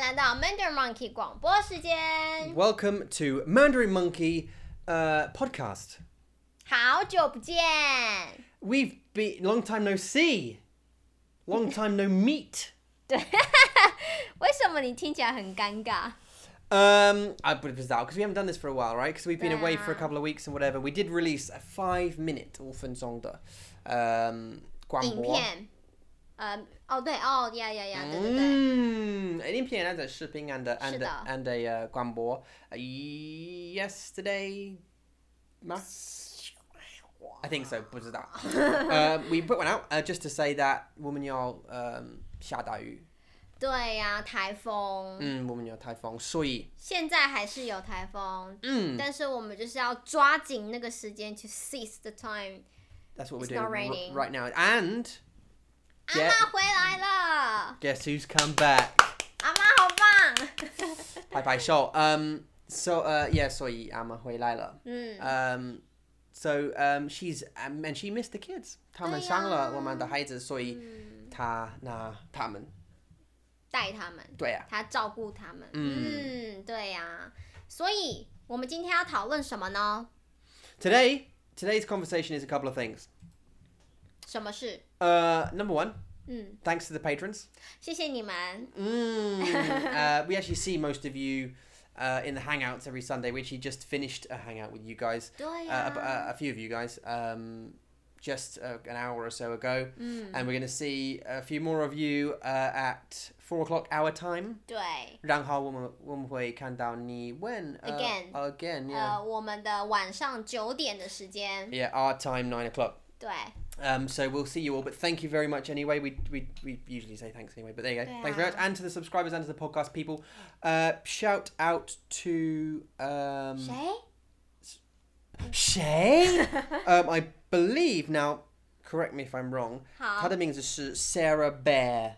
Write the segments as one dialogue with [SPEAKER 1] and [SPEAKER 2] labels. [SPEAKER 1] 来到 Mandarin Monkey 广播时间，
[SPEAKER 2] Welcome to Mandarin Monkey uh, podcast.
[SPEAKER 1] 好久不见，
[SPEAKER 2] We've been long time no see, long time no meet.
[SPEAKER 1] 为什么你听起来很尴尬？
[SPEAKER 2] Um, I would have out because we haven't done this for a while, right? Because we've been away for a
[SPEAKER 1] Yeah.
[SPEAKER 2] couple of weeks and whatever. We did release a five-minute orphan song, um,
[SPEAKER 1] 影
[SPEAKER 2] 广播。
[SPEAKER 1] 片，呃，哦对，哦呀呀呀，对对对，
[SPEAKER 2] Mm, an implant and a shipping and a and a,
[SPEAKER 1] 是的。
[SPEAKER 2] and a uh, guambo. Uh, yesterday, mass. I think so. Was that? uh, we put one out uh, just to say that woman y'all um 下大雨，
[SPEAKER 1] 对呀、台风、
[SPEAKER 2] 嗯，woman 有台风，所以
[SPEAKER 1] 现在还是有台风，
[SPEAKER 2] 嗯
[SPEAKER 1] 但是我们就是要抓紧那个时间去 seize the time。
[SPEAKER 2] that's what we're
[SPEAKER 1] It's
[SPEAKER 2] doing
[SPEAKER 1] not
[SPEAKER 2] r-
[SPEAKER 1] raining.
[SPEAKER 2] right now. And
[SPEAKER 1] 阿
[SPEAKER 2] Yeah
[SPEAKER 1] 妈回来了，
[SPEAKER 2] guess who's come back?
[SPEAKER 1] 阿妈好棒。
[SPEAKER 2] 拜拜兽。Um, so uh, yeah, 所以 Amma 回来了。
[SPEAKER 1] 嗯
[SPEAKER 2] Um, so um, she's um, and she missed the kids. 他们伤了我们的孩子，所以他拿他们。对呀、啊。
[SPEAKER 1] 带他们，他照顾他们。嗯对呀、所以我们今天要讨论什么呢？
[SPEAKER 2] Today, today's conversation is a couple of things.
[SPEAKER 1] 什么事？
[SPEAKER 2] Uh, number one,
[SPEAKER 1] 嗯，
[SPEAKER 2] thanks to the patrons.
[SPEAKER 1] 谢谢你们。
[SPEAKER 2] Mm, uh, we actually see most of you. Uh, in the hangouts every Sunday, we actually just finished a hangout with you guys,
[SPEAKER 1] 对
[SPEAKER 2] uh,
[SPEAKER 1] 呀、
[SPEAKER 2] a, a- a few of you guys, um, just uh, an hour or so ago,
[SPEAKER 1] Mm.
[SPEAKER 2] and we're going to see a few more of you uh, at four o'clock our time.
[SPEAKER 1] 对。
[SPEAKER 2] 然后我们我们会看到你问
[SPEAKER 1] Again.
[SPEAKER 2] uh,
[SPEAKER 1] Oh.
[SPEAKER 2] again yeah
[SPEAKER 1] 呃，我们的晚上九点的时间，
[SPEAKER 2] yeah our time nine o'clock
[SPEAKER 1] 对
[SPEAKER 2] um so we'll see you all but thank you very much anyway we we, we usually say thanks anyway but there you go thanks very much
[SPEAKER 1] Yeah.
[SPEAKER 2] and to the subscribers and to the podcast people uh shout out to um
[SPEAKER 1] 谁？
[SPEAKER 2] Shay um I believe now correct me if I'm wrong
[SPEAKER 1] 好
[SPEAKER 2] 她的名字是 Sarah Bear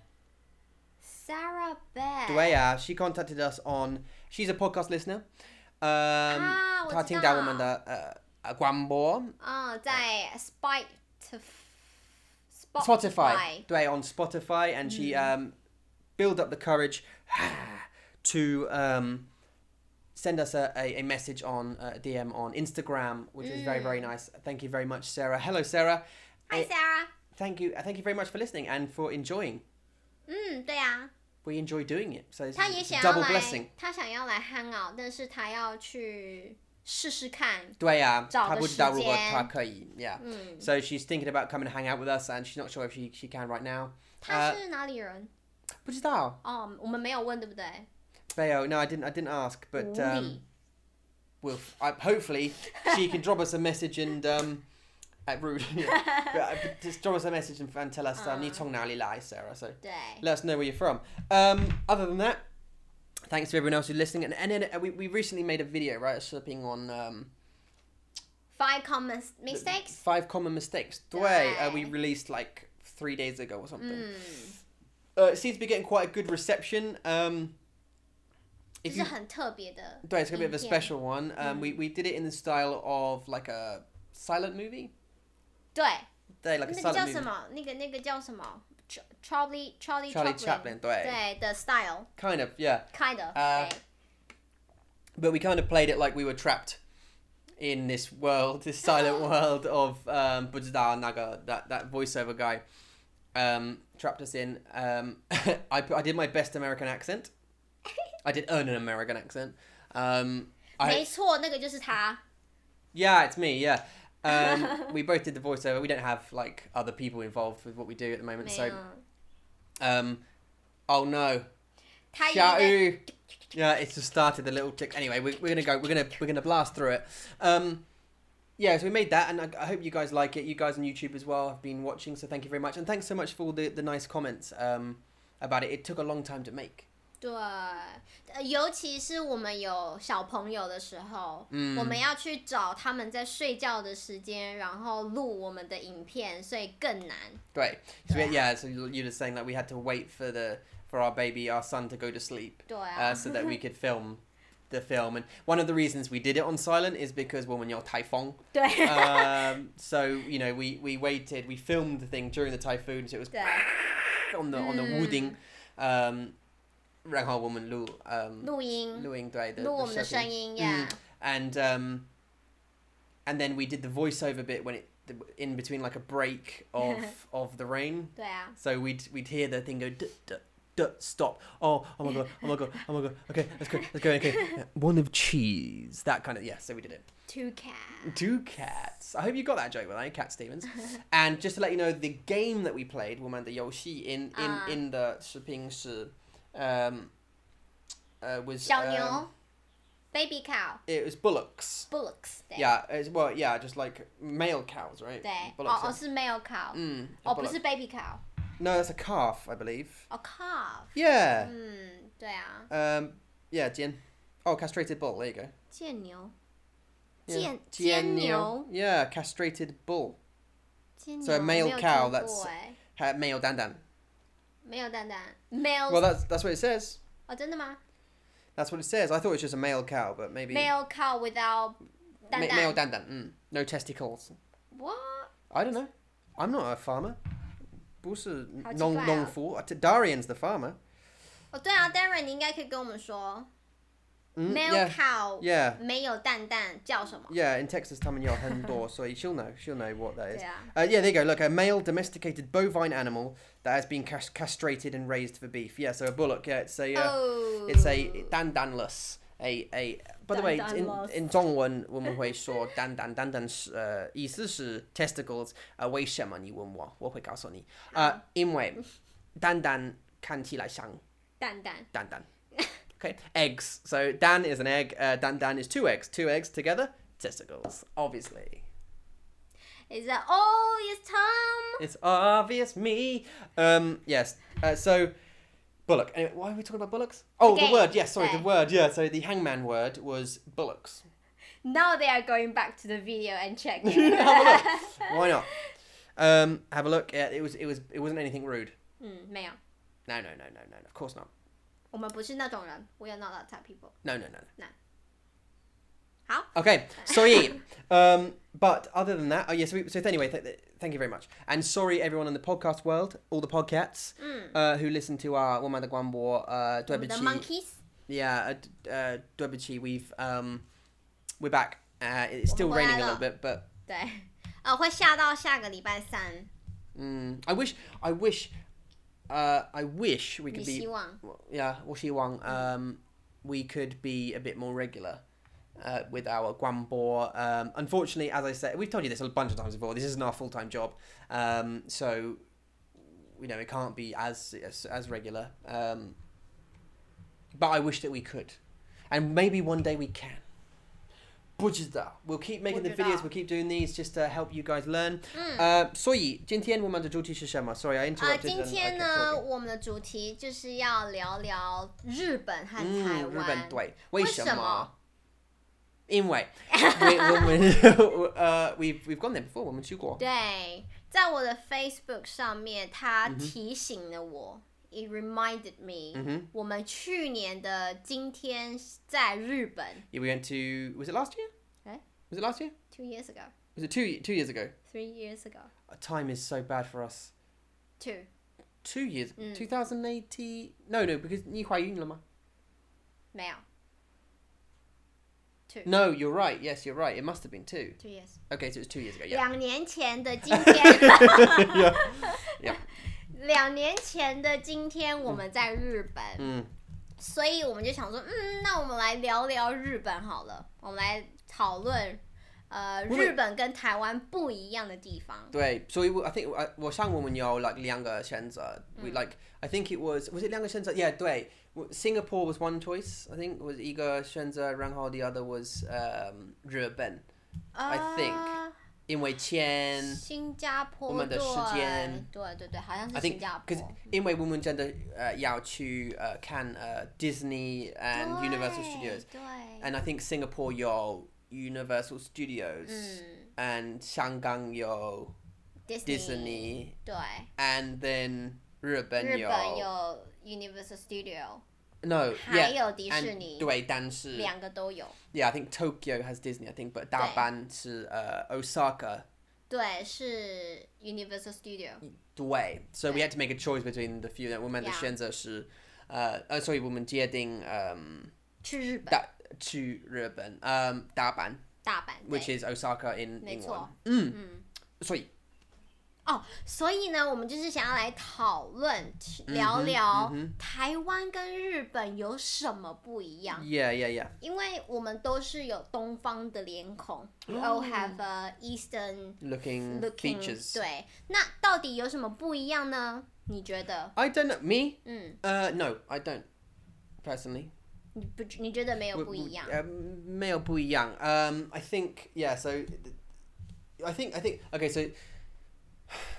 [SPEAKER 1] ，Sarah Bell。
[SPEAKER 2] 对啊 she contacted us on she's a podcast listener um
[SPEAKER 1] 啊，
[SPEAKER 2] 他
[SPEAKER 1] 我知
[SPEAKER 2] 听
[SPEAKER 1] 道。
[SPEAKER 2] 到我们的呃呃广播
[SPEAKER 1] 嗯，在 Spite Oh,
[SPEAKER 2] Spotify，对，on Spotify and she um build up the courage to um send us a, a, a message on uh, DM on Instagram, which is very very nice. Thank you very much, Sarah. Hello, Sarah. 哎
[SPEAKER 1] Hi Sarah。
[SPEAKER 2] Thank you, thank you very much for listening and for enjoying.
[SPEAKER 1] 嗯，对啊，
[SPEAKER 2] We enjoy doing it, so this
[SPEAKER 1] 他也
[SPEAKER 2] is
[SPEAKER 1] 想要
[SPEAKER 2] double
[SPEAKER 1] 来
[SPEAKER 2] blessing.，
[SPEAKER 1] 他想要来 hang out，但是他要去试试看。
[SPEAKER 2] 对啊，
[SPEAKER 1] 找个
[SPEAKER 2] 她不知道如果她可以，yeah.
[SPEAKER 1] 嗯，
[SPEAKER 2] So she's thinking about coming to hang out with us, and she's not sure if she she can right now.
[SPEAKER 1] 他是哪里人？
[SPEAKER 2] 不知道。
[SPEAKER 1] 哦，我们没有问，对不对？
[SPEAKER 2] Bayo, no, I didn't. I didn't ask, but um, we'll. I, hopefully, she can drop us a message and um, at rude. yeah. But, uh, but just drop us a message and, and tell us um, you tong nali lie, Sarah. So
[SPEAKER 1] 对，
[SPEAKER 2] let us know where you're from. Um, other than that, thanks to everyone else who's listening. And, and then uh, we, we recently made a video, right, slipping on um,
[SPEAKER 1] five common mistakes。
[SPEAKER 2] five common mistakes. The way uh, we
[SPEAKER 1] Right.
[SPEAKER 2] released like three days ago or something.
[SPEAKER 1] 嗯，
[SPEAKER 2] Uh, it seems to be getting quite a good reception. Um,
[SPEAKER 1] 就
[SPEAKER 2] if
[SPEAKER 1] 是
[SPEAKER 2] you
[SPEAKER 1] 很特别的。
[SPEAKER 2] Yeah, it's gonna be a bit of a
[SPEAKER 1] Yeah.
[SPEAKER 2] special one. Um, we, we did it in the style of like a silent movie.
[SPEAKER 1] 对，
[SPEAKER 2] They like
[SPEAKER 1] 那个
[SPEAKER 2] a
[SPEAKER 1] 叫
[SPEAKER 2] silent
[SPEAKER 1] 什
[SPEAKER 2] movie.
[SPEAKER 1] 么？那个那个叫什么？Ch-？Charlie Charlie
[SPEAKER 2] Charlie Chaplin, 对
[SPEAKER 1] 对的 style
[SPEAKER 2] Kind of, yeah.
[SPEAKER 1] kind of
[SPEAKER 2] 呃
[SPEAKER 1] 对。
[SPEAKER 2] But we kind of played it like we were trapped in this world, this silent world of um, Buddha Naga, that, that voiceover guy, um, trapped us in. Um, I, put- I did my best American accent. I did earn an American accent. Um, I,
[SPEAKER 1] 没错，那个就是他。
[SPEAKER 2] Yeah, it's me. Yeah, um, we both did the voiceover. We don't have like other people involved with what we do at the moment.
[SPEAKER 1] 没嗯
[SPEAKER 2] So,
[SPEAKER 1] 有，
[SPEAKER 2] um, oh no,
[SPEAKER 1] 他已经在
[SPEAKER 2] Xiao. Yeah, it's just started the little tick. Anyway, we're, we're gonna go. We're gonna we're gonna blast through it. Um, yeah, so we made that, and I, I hope you guys like it. You guys on YouTube as well have been watching, so thank you very much, and thanks so much for all the the nice comments um, about it. It took a long time to make.
[SPEAKER 1] 对，呃尤其是我们有小朋友的时候，
[SPEAKER 2] 嗯 Mm,
[SPEAKER 1] 我们要去找他们在睡觉的时间，然后录我们的影片，所以更难。
[SPEAKER 2] Great. So yeah, yeah so you you were saying that we had to wait for the for our baby, our son, to go to sleep.
[SPEAKER 1] 对啊，
[SPEAKER 2] uh, so that we could film the film. And one of the reasons we did it on silent is because woman well, typhoon.
[SPEAKER 1] 对
[SPEAKER 2] Um, so you know we we waited. We filmed the thing during the typhoon, so it was
[SPEAKER 1] 对
[SPEAKER 2] on the on the wooding. Um, 让后我们录嗯
[SPEAKER 1] 录音，
[SPEAKER 2] 录音对的嗯
[SPEAKER 1] 录我们的声音呀。
[SPEAKER 2] Mm. and um, and then we did the voiceover bit when it in between like a break of of the rain.
[SPEAKER 1] 对啊，
[SPEAKER 2] So we'd we'd hear the thing go duh, duh, duh, stop. Oh oh my god oh my god oh my god. Okay let's go let's go okay. Yeah, One of cheese that kind of yeah. So we did it.
[SPEAKER 1] two cat
[SPEAKER 2] Two cats. I hope you got that joke, right? Cat Stevens. and just to let you know, the game that we played, 我们的游戏 in in
[SPEAKER 1] Ah.
[SPEAKER 2] in the 视频是 um uh was
[SPEAKER 1] 小
[SPEAKER 2] um,
[SPEAKER 1] 牛，baby cow
[SPEAKER 2] it was bullocks.
[SPEAKER 1] bullocks，对
[SPEAKER 2] Yeah, it's well, yeah, just like male cows, right?
[SPEAKER 1] 对，哦
[SPEAKER 2] Bullocks.
[SPEAKER 1] 哦是 male cow，
[SPEAKER 2] mm, a
[SPEAKER 1] 哦
[SPEAKER 2] bullock.
[SPEAKER 1] 不是 baby cow，
[SPEAKER 2] No, that's a calf, I believe.
[SPEAKER 1] 哦 calf，
[SPEAKER 2] Yeah.
[SPEAKER 1] 嗯，对啊，
[SPEAKER 2] Um. Yeah, Jin. Oh, castrated bull. There you go.
[SPEAKER 1] 贱牛，
[SPEAKER 2] Yeah.
[SPEAKER 1] 贱煎牛
[SPEAKER 2] Yeah, castrated bull.
[SPEAKER 1] 煎牛
[SPEAKER 2] So a male
[SPEAKER 1] 没有听
[SPEAKER 2] cow,
[SPEAKER 1] 过
[SPEAKER 2] that's-
[SPEAKER 1] 哎
[SPEAKER 2] Ha- Male dandan.
[SPEAKER 1] 没有蛋蛋
[SPEAKER 2] Well,
[SPEAKER 1] male
[SPEAKER 2] that's that's what it says.
[SPEAKER 1] 哦真的吗
[SPEAKER 2] That's what it says. I thought it was just a male cow, but maybe
[SPEAKER 1] male cow without
[SPEAKER 2] Ma-
[SPEAKER 1] 蛋
[SPEAKER 2] male
[SPEAKER 1] 蛋
[SPEAKER 2] dandan. Mm. No testicles.
[SPEAKER 1] what
[SPEAKER 2] I don't know. I'm not a farmer. 不是
[SPEAKER 1] 好奇怪哦。
[SPEAKER 2] 农-农夫。Darian's the farmer.
[SPEAKER 1] 哦对啊，Darren 你应该可以跟我们说
[SPEAKER 2] Mm,
[SPEAKER 1] male
[SPEAKER 2] yeah.
[SPEAKER 1] cow
[SPEAKER 2] Yeah.
[SPEAKER 1] 没有蛋蛋叫什么？
[SPEAKER 2] Yeah, in Texas, Tom and Yohan so she'll know. She'll know what that is.
[SPEAKER 1] Yeah.
[SPEAKER 2] Uh, yeah, there you go. Look, a male domesticated bovine animal that has been cas- castrated and raised for beef. Yeah, so a bullock. Yeah, it's a, uh,
[SPEAKER 1] Oh，
[SPEAKER 2] it's a dandanless. A a. By the way, in
[SPEAKER 1] Dandanless.
[SPEAKER 2] in 中文我们会说 dandan dandan uh, 是呃意思是 testicles uh, 呃为什么你问我我会告诉你啊、呃、因为单单看起来像单单
[SPEAKER 1] 蛋蛋
[SPEAKER 2] Okay, eggs. So Dan is an egg. Uh, Dan Dan is two eggs. Two eggs together, testicles. Obviously,
[SPEAKER 1] is that oh it's Tom
[SPEAKER 2] it's obvious me. Um, yes. Uh, so bullock. Anyway, why are we talking about bullocks? Oh, the
[SPEAKER 1] Okay,
[SPEAKER 2] word. Yes, sorry, the
[SPEAKER 1] yeah.
[SPEAKER 2] word. Yeah. So the hangman word was bullocks.
[SPEAKER 1] now they are going back to the video and checking
[SPEAKER 2] have a look. Why not? Um, have a look. Yeah, it was. It was. It wasn't anything rude.
[SPEAKER 1] 嗯没有
[SPEAKER 2] No, no, no, no, no. Of course not.
[SPEAKER 1] 我们不是那种人 we are not that type people
[SPEAKER 2] No, no, no.
[SPEAKER 1] No. How?
[SPEAKER 2] Okay, sorry. um, but other than that, oh yes. we, so anyway, th- th- thank you very much, and sorry everyone in the podcast world, all the podcasts uh, who listen to our Woman the Guanbo,
[SPEAKER 1] 我
[SPEAKER 2] uh,
[SPEAKER 1] 们的
[SPEAKER 2] Dwebichi.
[SPEAKER 1] monkeys
[SPEAKER 2] Yeah, uh, d- uh, Dwebichi. We've um, we're back. Uh, it's still
[SPEAKER 1] Well,
[SPEAKER 2] raining a
[SPEAKER 1] I
[SPEAKER 2] little
[SPEAKER 1] know.
[SPEAKER 2] bit, but
[SPEAKER 1] 对 呃会下到下个礼拜三
[SPEAKER 2] mm, I wish, I wish, uh, I wish we
[SPEAKER 1] 你
[SPEAKER 2] could be
[SPEAKER 1] 希望
[SPEAKER 2] Well, yeah, Washi Wang, um, we could be a bit more regular uh, with our Guambor. Um, unfortunately, as I said, we've told you this a bunch of times before, this isn't our full time job. Um, so, you know, it can't be as, as, as regular. Um, but I wish that we could. And maybe one day we can. Bujida. We'll keep making the videos,
[SPEAKER 1] 不知道。
[SPEAKER 2] we'll keep doing these just to help you guys learn. Uh, 所以今天我们的主题是什么？Sorry, I
[SPEAKER 1] 啊，
[SPEAKER 2] interrupted.
[SPEAKER 1] 今
[SPEAKER 2] and I
[SPEAKER 1] 天
[SPEAKER 2] kept
[SPEAKER 1] 呢，
[SPEAKER 2] talking.
[SPEAKER 1] 我们的主题就是要聊聊日本和台
[SPEAKER 2] 嗯，日
[SPEAKER 1] 湾。
[SPEAKER 2] 本对，
[SPEAKER 1] 为
[SPEAKER 2] 什
[SPEAKER 1] 什么？
[SPEAKER 2] 因为 we we 呃 we've we've gone there before，我们去过。
[SPEAKER 1] 对在我的 Facebook 上面，他提醒了
[SPEAKER 2] 嗯
[SPEAKER 1] 我、i t reminded me，、我们去年的今天在日本
[SPEAKER 2] Yeah, we went to was it last year?
[SPEAKER 1] Eh?
[SPEAKER 2] Was it last year?
[SPEAKER 1] ，two years ago，three
[SPEAKER 2] Was it two two years ago?
[SPEAKER 1] years ago，two，
[SPEAKER 2] Uh, Time is so bad for us. Two years,
[SPEAKER 1] Mm.
[SPEAKER 2] 2080. No, no, because 你怀孕了吗
[SPEAKER 1] 没有
[SPEAKER 2] No, you're right. Yes, you're right. It must have been two.
[SPEAKER 1] ，two years，
[SPEAKER 2] Okay, so it was two years ago. Yeah.
[SPEAKER 1] 两年前的今天，
[SPEAKER 2] Yeah.
[SPEAKER 1] 两年前的今天我们在日本。
[SPEAKER 2] 嗯，
[SPEAKER 1] 所以我们就想说，嗯，那我们来聊聊日本好了，我们来讨论，呃，
[SPEAKER 2] 我们
[SPEAKER 1] 日本跟台湾不一样的地方。
[SPEAKER 2] 对，所以我 I think uh, 我我想我们有 like 两个选择。We like I think it was was it 两个选择？Yeah，对我，Singapore was one choice. I think was 一个选择，然后 the other was um 日本，I think
[SPEAKER 1] 呃
[SPEAKER 2] 因为钱，
[SPEAKER 1] 新加坡，
[SPEAKER 2] 我们的时间
[SPEAKER 1] 对，对对对，好像
[SPEAKER 2] I
[SPEAKER 1] 是
[SPEAKER 2] think
[SPEAKER 1] 新加
[SPEAKER 2] 'cause-
[SPEAKER 1] 坡。
[SPEAKER 2] 因为我们真的呃要去呃看呃 uh, Disney and Universal Studios。
[SPEAKER 1] 对，
[SPEAKER 2] And I think Singapore 有 Universal Studios、
[SPEAKER 1] 嗯
[SPEAKER 2] and 香港有
[SPEAKER 1] ，Disney，
[SPEAKER 2] Disney
[SPEAKER 1] 对，
[SPEAKER 2] and then 日本
[SPEAKER 1] 日
[SPEAKER 2] 有
[SPEAKER 1] 本有 Universal Studio，
[SPEAKER 2] No
[SPEAKER 1] 还
[SPEAKER 2] yeah
[SPEAKER 1] 有迪士
[SPEAKER 2] and
[SPEAKER 1] 尼，
[SPEAKER 2] 对，但是
[SPEAKER 1] 两个都有。
[SPEAKER 2] yeah I think Tokyo has Disney I think but 大阪是呃 Osaka
[SPEAKER 1] 对，是 Universal Studio，
[SPEAKER 2] 对 so we
[SPEAKER 1] 对。
[SPEAKER 2] had to make a choice between the few 我们的
[SPEAKER 1] Yeah.
[SPEAKER 2] 选择是呃呃，sorry，我们决定嗯
[SPEAKER 1] 去日本
[SPEAKER 2] 大去日本，嗯，大阪
[SPEAKER 1] 大阪对
[SPEAKER 2] ，which is Osaka in
[SPEAKER 1] 没
[SPEAKER 2] 英
[SPEAKER 1] 错
[SPEAKER 2] 文，嗯所以
[SPEAKER 1] 哦，所以呢，我们就是想要来讨论、
[SPEAKER 2] 嗯
[SPEAKER 1] 聊聊台湾跟日本有什么不一样。
[SPEAKER 2] yeah yeah yeah，
[SPEAKER 1] 因为我们都是有东方的脸孔、we all have a Eastern
[SPEAKER 2] looking,
[SPEAKER 1] looking，
[SPEAKER 2] 哦嗯 features.
[SPEAKER 1] 对，那到底有什么不一样呢？你觉得？
[SPEAKER 2] I don't know me.
[SPEAKER 1] 嗯，
[SPEAKER 2] Uh, no, I don't personally.
[SPEAKER 1] 你不你觉得没有
[SPEAKER 2] W-
[SPEAKER 1] 不一
[SPEAKER 2] w-
[SPEAKER 1] 样？
[SPEAKER 2] Um, male Bui Yang. Um, I think yeah. So, th- I think I think okay. So,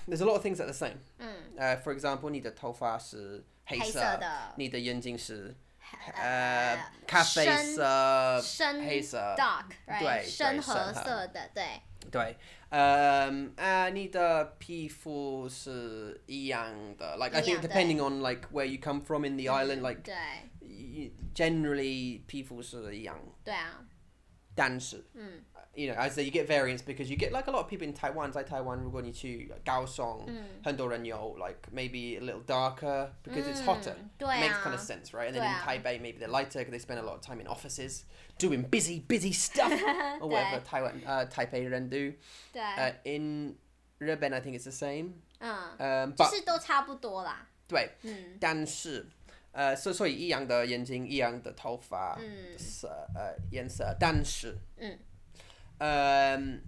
[SPEAKER 2] there's a lot of things that are the same.
[SPEAKER 1] 嗯，
[SPEAKER 2] Uh, for example, 你的头发是
[SPEAKER 1] Mm。黑色的。
[SPEAKER 2] 你的眼睛是
[SPEAKER 1] 呃，深-
[SPEAKER 2] 呃咖啡色、
[SPEAKER 1] 深
[SPEAKER 2] 黑色，
[SPEAKER 1] dark，
[SPEAKER 2] 对
[SPEAKER 1] right，
[SPEAKER 2] 对
[SPEAKER 1] 深褐
[SPEAKER 2] 深褐
[SPEAKER 1] 色的，对，
[SPEAKER 2] 对，嗯啊，你的皮肤是一样的。Like I
[SPEAKER 1] 一样
[SPEAKER 2] think
[SPEAKER 1] 对
[SPEAKER 2] depending on like where you come from
[SPEAKER 1] Mm。
[SPEAKER 2] in the island, like
[SPEAKER 1] 对，
[SPEAKER 2] y- generally 皮肤是一样，
[SPEAKER 1] 对啊，
[SPEAKER 2] 但是
[SPEAKER 1] 嗯
[SPEAKER 2] Uh, you know as you get variance because you get like a lot of people in Taiwan. 在台湾，如果你去高雄，
[SPEAKER 1] 嗯，
[SPEAKER 2] 很多人有 like maybe a little darker because it's
[SPEAKER 1] 嗯
[SPEAKER 2] hotter.
[SPEAKER 1] 对啊
[SPEAKER 2] Makes kind of sense, right? And then
[SPEAKER 1] Yeah.
[SPEAKER 2] in Taipei, maybe they're lighter because they spend a lot of time in offices doing busy, busy stuff or whatever Taiwan, uh, Taipei 人 do.
[SPEAKER 1] 对，
[SPEAKER 2] Uh, in Ruben, I think it's the same.
[SPEAKER 1] 嗯，
[SPEAKER 2] Um,
[SPEAKER 1] 就
[SPEAKER 2] but
[SPEAKER 1] 是都差不多啦，
[SPEAKER 2] 对，
[SPEAKER 1] 嗯
[SPEAKER 2] 但是呃，所所以一样的眼睛，一样的头发，
[SPEAKER 1] 嗯
[SPEAKER 2] 色呃颜色，但是
[SPEAKER 1] 嗯
[SPEAKER 2] 嗯、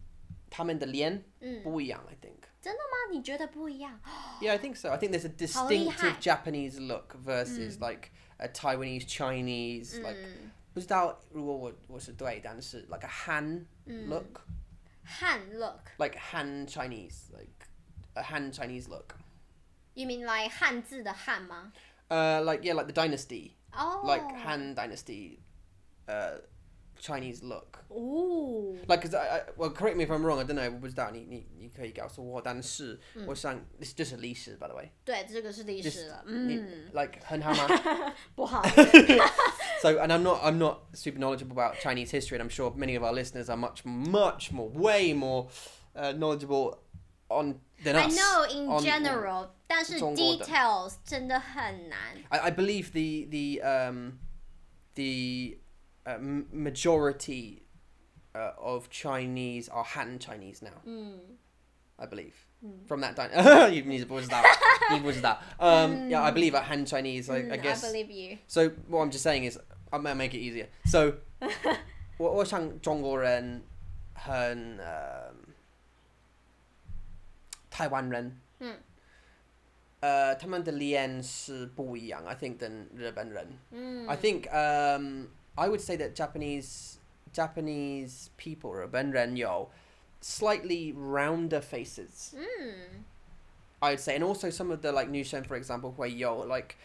[SPEAKER 2] 他们的脸
[SPEAKER 1] 嗯，
[SPEAKER 2] 不一样，I think.
[SPEAKER 1] 真的吗？你觉得不一样？
[SPEAKER 2] Yeah, I think so. I think there's a distinctive
[SPEAKER 1] 好厉害。Mm。
[SPEAKER 2] Japanese look versus like a Taiwanese, Chinese, like
[SPEAKER 1] 嗯，
[SPEAKER 2] 不知道如果我我是对，但是 like a Han
[SPEAKER 1] Mm。
[SPEAKER 2] look,
[SPEAKER 1] 汉 look。
[SPEAKER 2] like Han Chinese, like a Han Chinese look.
[SPEAKER 1] You mean like 汉字的汉吗？
[SPEAKER 2] Uh, like yeah, like the dynasty,
[SPEAKER 1] 哦、
[SPEAKER 2] like Han Dynasty, uh, Chinese look.
[SPEAKER 1] 哦，
[SPEAKER 2] Like, cause I, I well, correct me if I'm wrong. I don't know.
[SPEAKER 1] Hmm.
[SPEAKER 2] 我不知道你你你可以告诉我，但是我想 it's just a 历史 by the way.
[SPEAKER 1] 对，这个是历史了，嗯，
[SPEAKER 2] 你- like 很好吗？
[SPEAKER 1] 不 好，
[SPEAKER 2] so and I'm not I'm not super knowledgeable about Chinese history, and I'm sure many of our listeners are much much more way more uh, knowledgeable on than
[SPEAKER 1] I
[SPEAKER 2] us.
[SPEAKER 1] know in
[SPEAKER 2] on-
[SPEAKER 1] general，但是
[SPEAKER 2] 哦中国的
[SPEAKER 1] details 真的很难。
[SPEAKER 2] I, I believe the the um, the uh, m- majority uh, of Chinese are Han Chinese now.
[SPEAKER 1] 嗯
[SPEAKER 2] I believe from that time. you need to pause that. You need to pause that. Um, yeah, I believe at Han Chinese. I, I
[SPEAKER 1] Mm,
[SPEAKER 2] guess.
[SPEAKER 1] I believe you。
[SPEAKER 2] So what I'm just saying is, I'm gonna make it easier. So, 我-我想中国人很，嗯，台湾人，
[SPEAKER 1] 嗯。
[SPEAKER 2] 呃，他们的脸是不一样，I think, 跟日本人。
[SPEAKER 1] 嗯
[SPEAKER 2] I think um, I would say that Japanese Japanese people 日本人有 slightly rounder faces.
[SPEAKER 1] 嗯
[SPEAKER 2] I would say, and also some of the like Nushen, for example, where yo like,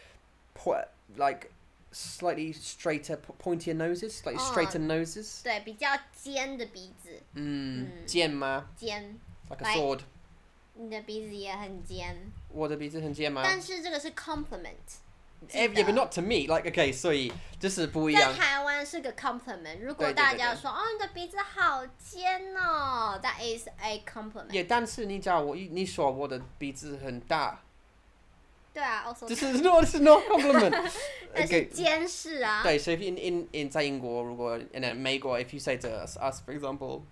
[SPEAKER 2] po- like slightly straiter, p- pointier noses, like
[SPEAKER 1] Oh.
[SPEAKER 2] straighter noses.
[SPEAKER 1] 对，比较尖的鼻子，
[SPEAKER 2] Mm.
[SPEAKER 1] Mm.
[SPEAKER 2] 尖吗？
[SPEAKER 1] 尖，
[SPEAKER 2] Like a
[SPEAKER 1] Like-
[SPEAKER 2] sword.
[SPEAKER 1] 你的鼻子也很尖，但
[SPEAKER 2] 我的鼻子很尖吗？
[SPEAKER 1] 是这个是 compliment。
[SPEAKER 2] Eh, Yeah, but not to me. Like, okay, 所以这是不一样。
[SPEAKER 1] 在台湾是个 compliment，如果
[SPEAKER 2] 对对对
[SPEAKER 1] 大家
[SPEAKER 2] 对
[SPEAKER 1] 说哦你的鼻子好尖哦，that is a compliment。
[SPEAKER 2] Yeah, 但是你叫我，你说我的鼻子很大。
[SPEAKER 1] 对啊，also
[SPEAKER 2] This is not, this is not a compliment.
[SPEAKER 1] 但是
[SPEAKER 2] okay.
[SPEAKER 1] 监视啊，
[SPEAKER 2] 对，so if in in in 在英国，如果 in 美国，if you say to us, us for example，